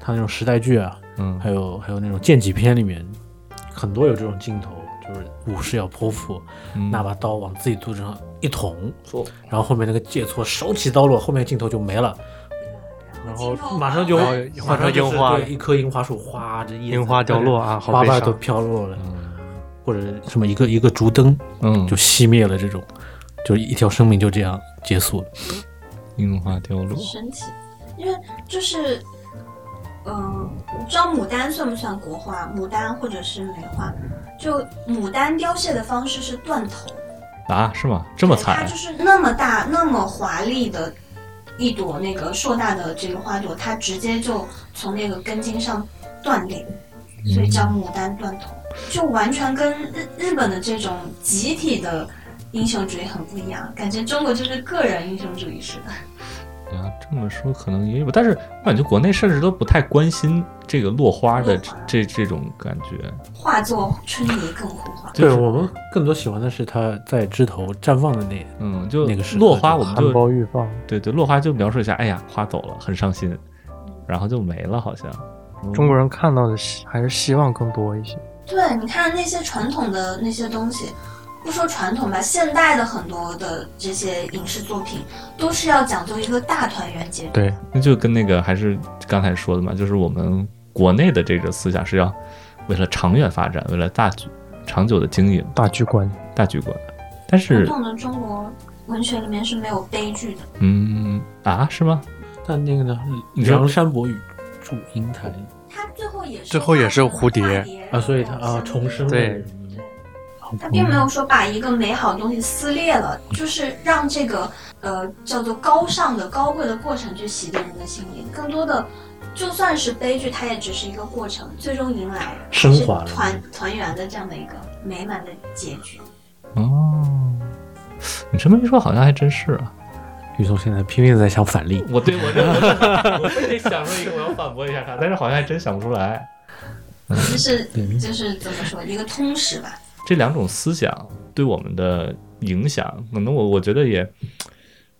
Speaker 4: 他那种时代剧啊，
Speaker 1: 嗯
Speaker 4: 还有还有那种剑戟片里面，很多有这种镜头，就是武士要泼妇，
Speaker 1: 嗯
Speaker 4: 拿把刀往自己肚子上一捅，然后后面那个介错手起刀落，后面镜头就没了。然后马上就
Speaker 2: 然后
Speaker 4: 马上就是
Speaker 2: 樱花
Speaker 4: 对一棵樱花树，哗，这叶子
Speaker 2: 樱花掉落啊，好
Speaker 4: 花
Speaker 2: 悲
Speaker 4: 瓣
Speaker 2: 伤。
Speaker 4: 都飘落了，或者什么一个一个竹灯
Speaker 1: 嗯，
Speaker 4: 就熄灭了，这种，就是一条生命就这样结束了。
Speaker 1: 樱花凋落，
Speaker 3: 神奇，因为就是，嗯、我不知道牡丹算不算国画？牡丹或者是梅花，就牡丹凋谢的方式是断头，
Speaker 1: 啊，是吗？这么
Speaker 3: 它
Speaker 1: 惨
Speaker 3: 就是那么大、那么华丽的一朵那个硕大的这个花朵，它直接就从那个根茎上断裂，
Speaker 1: 嗯
Speaker 3: 所以叫牡丹断头，就完全跟日日本的这种集体的。英雄主义很不一样，感觉中国就是个人英雄主义似的。
Speaker 1: 啊！这么说可能也有，但是我感觉国内甚至都不太关心这个落花的这这这种感觉。
Speaker 3: 化作春泥更护花。
Speaker 1: 就是
Speaker 4: 对我们更多喜欢的是它在枝头绽放的那
Speaker 1: 嗯，就
Speaker 4: 那个时刻
Speaker 1: 落花，
Speaker 4: 就
Speaker 1: 我们
Speaker 2: 含
Speaker 1: 就
Speaker 2: 苞欲放，
Speaker 1: 对对落花就描述一下，哎呀，花走了，很伤心，然后就没了，好像。嗯
Speaker 2: 中国人看到的希还是希望更多一些。
Speaker 3: 对，你看那些传统的那些东西，不说传统吧，现代的很多的这些影视作品，都是要讲究一个大团圆结局。
Speaker 2: 对，
Speaker 1: 那就跟那个还是刚才说的嘛，就是我们国内的这个思想是要为了长远发展，为了大局长久的经营
Speaker 2: 大局观。
Speaker 1: 大局观。但
Speaker 3: 传
Speaker 1: 是，
Speaker 3: 统的中国文学里面是没有悲剧的，
Speaker 1: 嗯啊，是吗？
Speaker 4: 但那个呢，
Speaker 1: 你说
Speaker 4: 梁山伯与祝英台
Speaker 3: 它最后也是
Speaker 2: 最后也是蝴蝶
Speaker 3: 化
Speaker 4: 啊，所以它啊重生了
Speaker 2: 对
Speaker 3: 它
Speaker 4: 嗯
Speaker 3: 并没有说把一个美好的东西撕裂了，就是让这个呃叫做高尚的、高贵的过程去洗涤人的心灵。更多的，就算是悲剧，它也只是一个过程，最终迎来
Speaker 4: 升华了
Speaker 3: 是团团圆的这样的一个美满的结局。
Speaker 1: 哦，你这么一说，好像还真是啊。
Speaker 4: 雨松现在拼命地在想反例，
Speaker 1: 我对我这， 我我非得想出一个，我要反驳一下他，但是好像还真想不出来。
Speaker 4: 嗯
Speaker 3: 就是就是怎么说，一个通识吧。
Speaker 1: 这两种思想对我们的影响，可能我我觉得也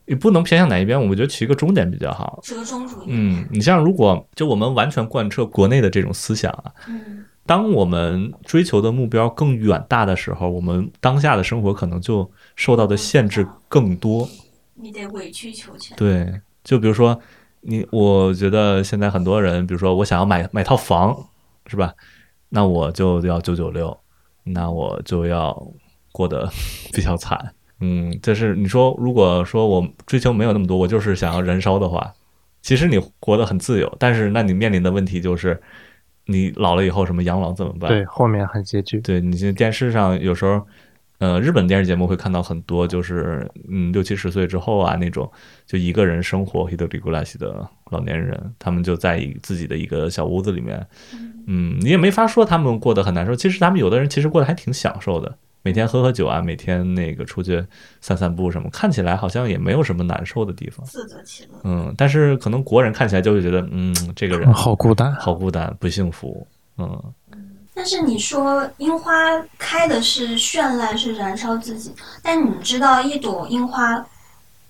Speaker 1: 也不能偏向哪一边，我觉得取一个中间比较好。
Speaker 3: 折中主义。
Speaker 1: 嗯，你像如果就我们完全贯彻国内的这种思想啊，
Speaker 3: 嗯
Speaker 1: 当我们追求的目标更远大的时候，我们当下的生活可能就受到的限制更多。
Speaker 3: 你得委曲求全。
Speaker 1: 对，就比如说你，我觉得现在很多人，比如说我想要买买套房，是吧？那我就要九九六，那我就要过得 比较惨。嗯，就是你说，如果说我追求没有那么多，我就是想要燃烧的话，其实你活得很自由，但是那你面临的问题就是，你老了以后什么养老怎么办？
Speaker 2: 对，后面很拮据。
Speaker 1: 对你现在电视上有时候，呃，日本电视节目会看到很多，就是嗯六七十岁之后啊那种，就一个人生活 h i d o r i g u l a s 的老年人，他们就在一自己的一个小屋子里面，嗯，你也没法说他们过得很难受。其实他们有的人其实过得还挺享受的，每天喝喝酒啊，每天那个出去散散步什么，看起来好像也没有什么难受的地方。
Speaker 3: 自得其乐。
Speaker 1: 嗯，但是可能国人看起来就会觉得，嗯，这个人
Speaker 2: 嗯好孤单，
Speaker 1: 好孤单，不幸福。嗯，
Speaker 3: 但是你说樱花开的是绚烂，是燃烧自己，但你知道一朵樱花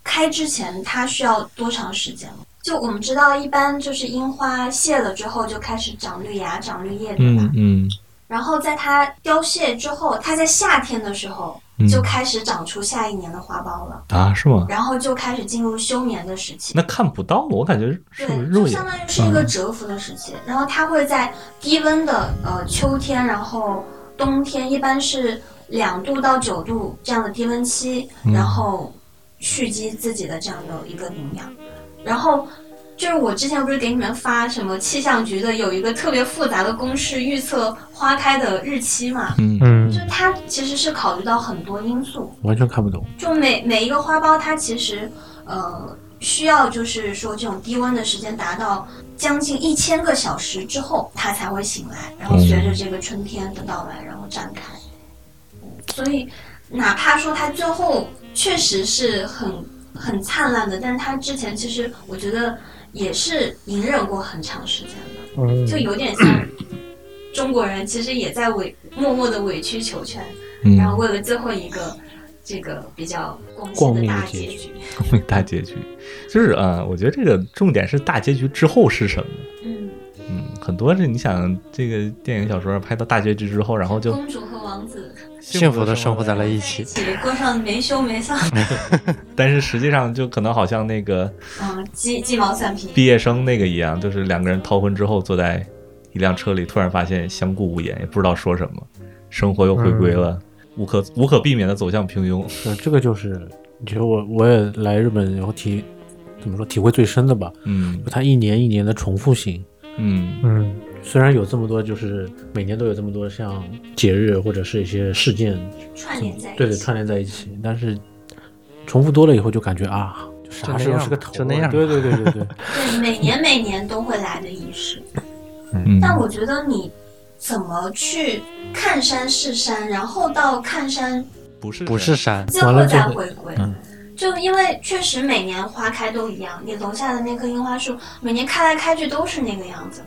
Speaker 3: 开之前它需要多长时间吗？就我们知道，一般就是樱花谢了之后就开始长绿芽、长绿叶，对吧？
Speaker 1: 嗯嗯
Speaker 3: 然后在它凋谢之后，它在夏天的时候
Speaker 1: 嗯
Speaker 3: 就开始长出下一年的花苞了，
Speaker 1: 啊，是吗？
Speaker 3: 然后就开始进入休眠的时期。
Speaker 1: 那看不到，我感觉是不是
Speaker 3: 对，
Speaker 1: 肉
Speaker 3: 就
Speaker 1: 眼嗯
Speaker 3: 相？当于是一个蛰伏的时期，然后它会在低温的呃秋天，然后冬天一般是两度到九度这样的低温
Speaker 1: 嗯
Speaker 3: 期，然后蓄积自己的这样的一个营养，然后就是我之前不是给你们发什么气象局的有一个特别复杂的公式预测花开的日期嘛？
Speaker 1: 嗯
Speaker 2: 嗯
Speaker 3: 就，它其实是考虑到很多因素，
Speaker 4: 完全看不懂。
Speaker 3: 就每每一个花苞它其实呃需要就是说这种低温的时间达到将近一千个小时之后，它才会醒来，然后随着这个春天的到来，然后绽开。嗯所以哪怕说它最后确实是很很灿烂的，但是它之前其实我觉得也是隐忍过很长时间的。
Speaker 2: 嗯
Speaker 3: 就有点像中国人，其实也在委默默的委曲求全，
Speaker 1: 嗯
Speaker 3: 然后，为了最后一个这个比较
Speaker 4: 光
Speaker 3: 光
Speaker 4: 明
Speaker 3: 明的
Speaker 4: 的
Speaker 3: 大
Speaker 4: 结
Speaker 3: 结
Speaker 4: 局
Speaker 3: 局。
Speaker 1: 大结局就是呃，我觉得这个重点是大结局之后是什么。
Speaker 3: 嗯，
Speaker 1: 嗯，很多是你想这个电影小说拍到大结局之后，然后就
Speaker 3: 公主和王子
Speaker 2: 幸福的生活在了
Speaker 1: 一，
Speaker 2: 一
Speaker 3: 在
Speaker 2: 起。
Speaker 3: 一起过上没羞没臊，
Speaker 1: 但是实际上就可能好像那个
Speaker 3: 嗯，鸡鸡毛蒜皮。
Speaker 1: 毕业生那个一样，就是两个人逃婚之后坐在一辆车里，突然发现相顾无言，也不知道说什么，生活又回归了无可无可避免的走向平庸。
Speaker 4: 对，这个就是，其实我我也来日本，然后体怎么说体会最深的吧，
Speaker 1: 嗯
Speaker 4: 就它一年一年的重复性。
Speaker 1: 嗯
Speaker 2: 嗯
Speaker 4: 虽然有这么多，就是每年都有这么多像节日或者是一些事件，
Speaker 3: 串联在一起
Speaker 4: 对对串联在一起，但是重复多了以后就感觉啊，就啥
Speaker 2: 就那
Speaker 4: 时候
Speaker 2: 样
Speaker 4: 是个
Speaker 2: 吧
Speaker 4: 头啊，
Speaker 2: 就那样
Speaker 4: 对对对对对，
Speaker 3: 对，每年每年都会来的仪式。
Speaker 1: 嗯，
Speaker 3: 但我觉得你怎么去看山是山，然后到看山
Speaker 1: 不是
Speaker 2: 不是山，
Speaker 3: 最后再回归
Speaker 4: 嗯。
Speaker 3: 就因为确实每年花开都一样，你楼下的那棵樱花树每年开来开去都是那个样子，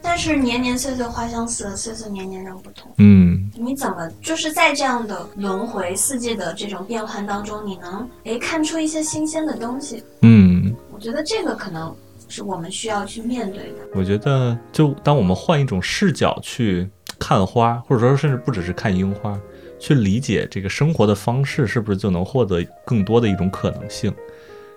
Speaker 3: 但是年年岁岁花相似，岁岁年年人不同。
Speaker 1: 嗯
Speaker 3: 你怎么就是在这样的轮回四季的这种变换当中，你能诶看出一些新鲜的东西？
Speaker 1: 嗯，
Speaker 3: 我觉得这个可能是我们需要去面对的。
Speaker 1: 我觉得就当我们换一种视角去看花，或者说甚至不只是看樱花，去理解这个生活的方式，是不是就能获得更多的一种可能性？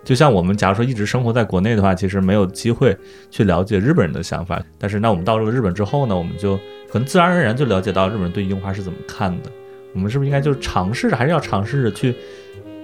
Speaker 1: 就像我们假如说一直生活在国内的话，其实没有机会去了解日本人的想法。但是那我们到了日本之后呢，我们就可能自然而然就了解到日本人对樱花是怎么看的。我们是不是应该就是尝试着，还是要尝试着去，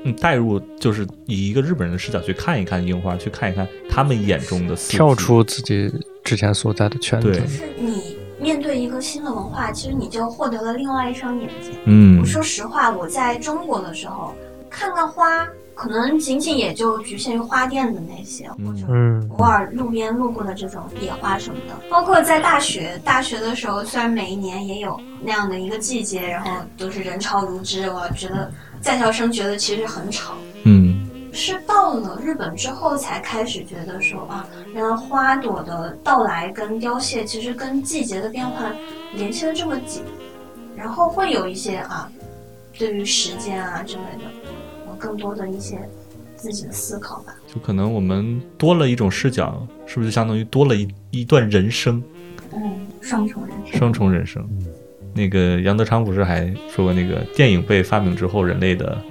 Speaker 1: 嗯，带入，就是以一个日本人的视角去看一看樱花，去看一看他们眼中的四季
Speaker 2: 跳出自己之前所在的圈子
Speaker 1: 对。
Speaker 3: 就是你面对一个新的文化，其实你就获得了另外一双眼界。
Speaker 1: 嗯
Speaker 3: 我说实话，我在中国的时候看看花，可能仅仅也就局限于花店的那些，
Speaker 1: 嗯
Speaker 3: 或者
Speaker 2: 嗯
Speaker 3: 偶尔路边路过的这种野花什么的。包括在大学，大学的时候，虽然每一年也有那样的一个季节，然后都是人潮如织，我觉得在校生觉得其实很吵。
Speaker 1: 嗯
Speaker 3: 是到了日本之后才开始觉得说啊，原来花朵的到来跟凋谢其实跟季节的变换联系的这么紧，然后会有一些啊，对于时间啊之类的，我更多的一些自己的思考吧。，
Speaker 1: 就可能我们多了一种视角，是不是就相当于多了一一段人生，
Speaker 3: 嗯，双重人生。
Speaker 1: 双重人生？
Speaker 2: 嗯
Speaker 1: 那个杨德昌不是还说过，那个电影被发明之后，人类的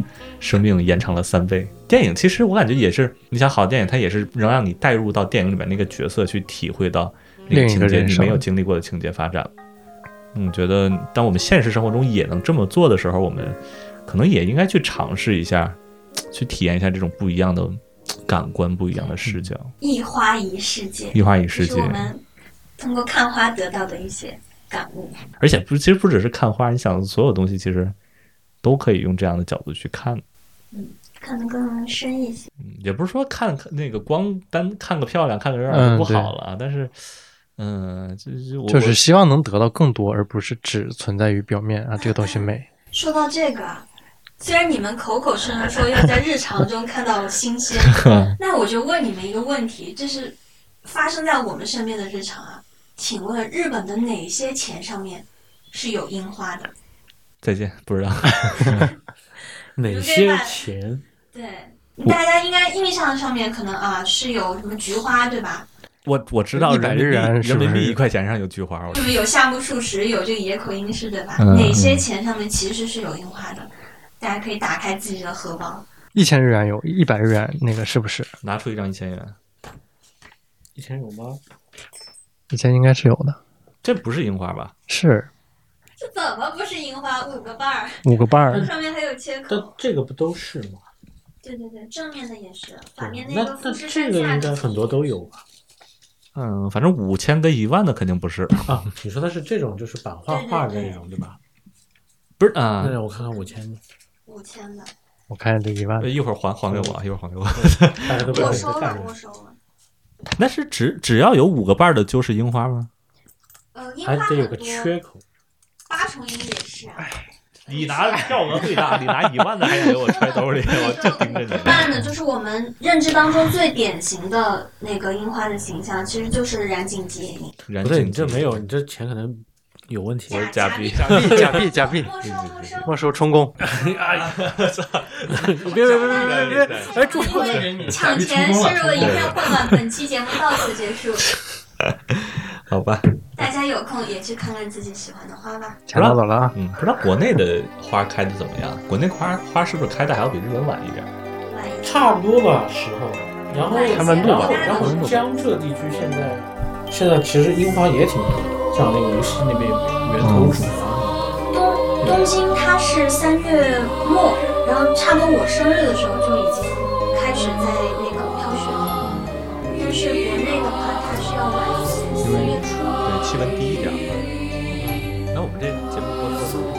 Speaker 1: 生命延长了三倍。电影其实我感觉也是，你想好电影，它也是能让你带入到电影里面那个角色，去体会到那
Speaker 2: 另一个
Speaker 1: 情节
Speaker 2: 人
Speaker 1: 你
Speaker 2: 生
Speaker 1: 没有经历过的情节发展。嗯，我觉得当我们现实生活中也能这么做的时候，我们可能也应该去尝试一下，去体验一下这种不一样的感官、不一样的视角。
Speaker 3: 一花一世界，
Speaker 1: 一花一
Speaker 3: 这
Speaker 1: 世界
Speaker 3: 嗯是我，们通过看花得到的一些感悟。
Speaker 1: 而且不，其实不只是看花，你想所有东西其实都可以用这样的角度去看。
Speaker 3: 看得更深一些，
Speaker 1: 嗯也不是说看看那个光单看个漂亮、看个热闹就
Speaker 2: 嗯
Speaker 1: 不好了啊，但是，嗯，就是我
Speaker 2: 就是希望能得到更多，而不是只存在于表面啊。这个东西美，
Speaker 3: 说到这个啊，虽然你们口口声声说要在日常中看到 新鲜，那我就问你们一个问题，这是发生在我们身边的日常啊。请问日本的哪些钱上面是有樱花的？
Speaker 1: 再见，不知道。
Speaker 4: 哪些钱？
Speaker 3: 对，大家应该印象上面可能啊是有什么菊花对吧？
Speaker 1: 我我知道
Speaker 2: 100
Speaker 1: 人民币
Speaker 2: 日元是
Speaker 1: 人
Speaker 2: 不是
Speaker 1: 民币一块钱上有菊花，我
Speaker 3: 就是有夏目漱石，有这个野口英世对吧？
Speaker 1: 嗯
Speaker 3: 哪些钱上面其实是有樱花的？大家可以打开自己的荷包，
Speaker 2: 一千日元有，一百日元那个是不是？
Speaker 1: 拿出一张一千元，
Speaker 4: 以前有吗？
Speaker 2: 以前应该是有的，
Speaker 1: 这不是樱花吧？
Speaker 2: 是
Speaker 3: 这怎么不是樱花？五个瓣儿，
Speaker 2: 五个半儿，
Speaker 3: 上面还有切
Speaker 4: 但
Speaker 3: 口。
Speaker 4: 这个不都是吗？
Speaker 3: 对对对，正面的也是，
Speaker 4: 对
Speaker 3: 反面
Speaker 4: 那
Speaker 3: 那个
Speaker 4: 那
Speaker 3: 富士山
Speaker 4: 这个
Speaker 3: 下
Speaker 4: 应
Speaker 3: 的
Speaker 4: 该很多都有吧？
Speaker 1: 嗯，反正五千跟一万的肯定不是，
Speaker 4: 啊，你说的是这种就是版画
Speaker 3: 对对
Speaker 4: 画的
Speaker 3: 对
Speaker 4: 那种对吧？
Speaker 1: 不是啊
Speaker 4: 那。让我看看五千的，
Speaker 3: 五千的，
Speaker 2: 我看这一万
Speaker 1: 呃一会儿还还给我，啊，一会儿还给 我。
Speaker 4: 大家都不要
Speaker 3: 我
Speaker 4: 在这
Speaker 3: 收
Speaker 4: 干
Speaker 3: 了，
Speaker 4: 着
Speaker 3: 我。收了。
Speaker 1: 那是只只要有五个瓣儿的，就是樱花吗？
Speaker 3: 呃，樱
Speaker 4: 还
Speaker 3: 花
Speaker 4: 得有
Speaker 3: 很
Speaker 4: 个
Speaker 3: 多，
Speaker 4: 缺口，
Speaker 3: 八重樱也是啊。
Speaker 1: 哎你拿票额最大，你拿一万的还想给我揣兜里，我就盯着你。
Speaker 3: 慢的就是我们认知当中最典型的那个樱花的形象，其实就是染井结影。
Speaker 1: 然
Speaker 4: 不对，你这没有，你这钱可能有问 题。
Speaker 3: 假
Speaker 1: 假
Speaker 3: 假
Speaker 1: 币
Speaker 3: 币，
Speaker 2: 假币假币假币，
Speaker 3: 没收没收，
Speaker 2: 没收充公，
Speaker 4: 哎别别别别别别！哎，住
Speaker 3: 因为抢钱摄入的一片混乱。本期节目到此结束，
Speaker 1: 好吧？
Speaker 3: 大家有空也去看看自己喜欢的花吧。
Speaker 2: 钱拿走了啊！
Speaker 1: 嗯，不知道国内的花开的怎么样？国内花花是不是开的还要比日本晚一点？
Speaker 3: 晚一
Speaker 4: 差不多吧，时候。然后，
Speaker 3: 看温度吧
Speaker 4: 然后
Speaker 3: 看温度吧
Speaker 4: 江浙地区现在现在其实樱花也挺多的，像那个尤其是那边源头主啊，
Speaker 3: 东东京它是三月末，然后差不多我生日的时候就已经开始在那个飘雪了。但是国内的话，它是要晚一些，四月初。
Speaker 1: 对，气温低一点嘛。那我们这节目播多久？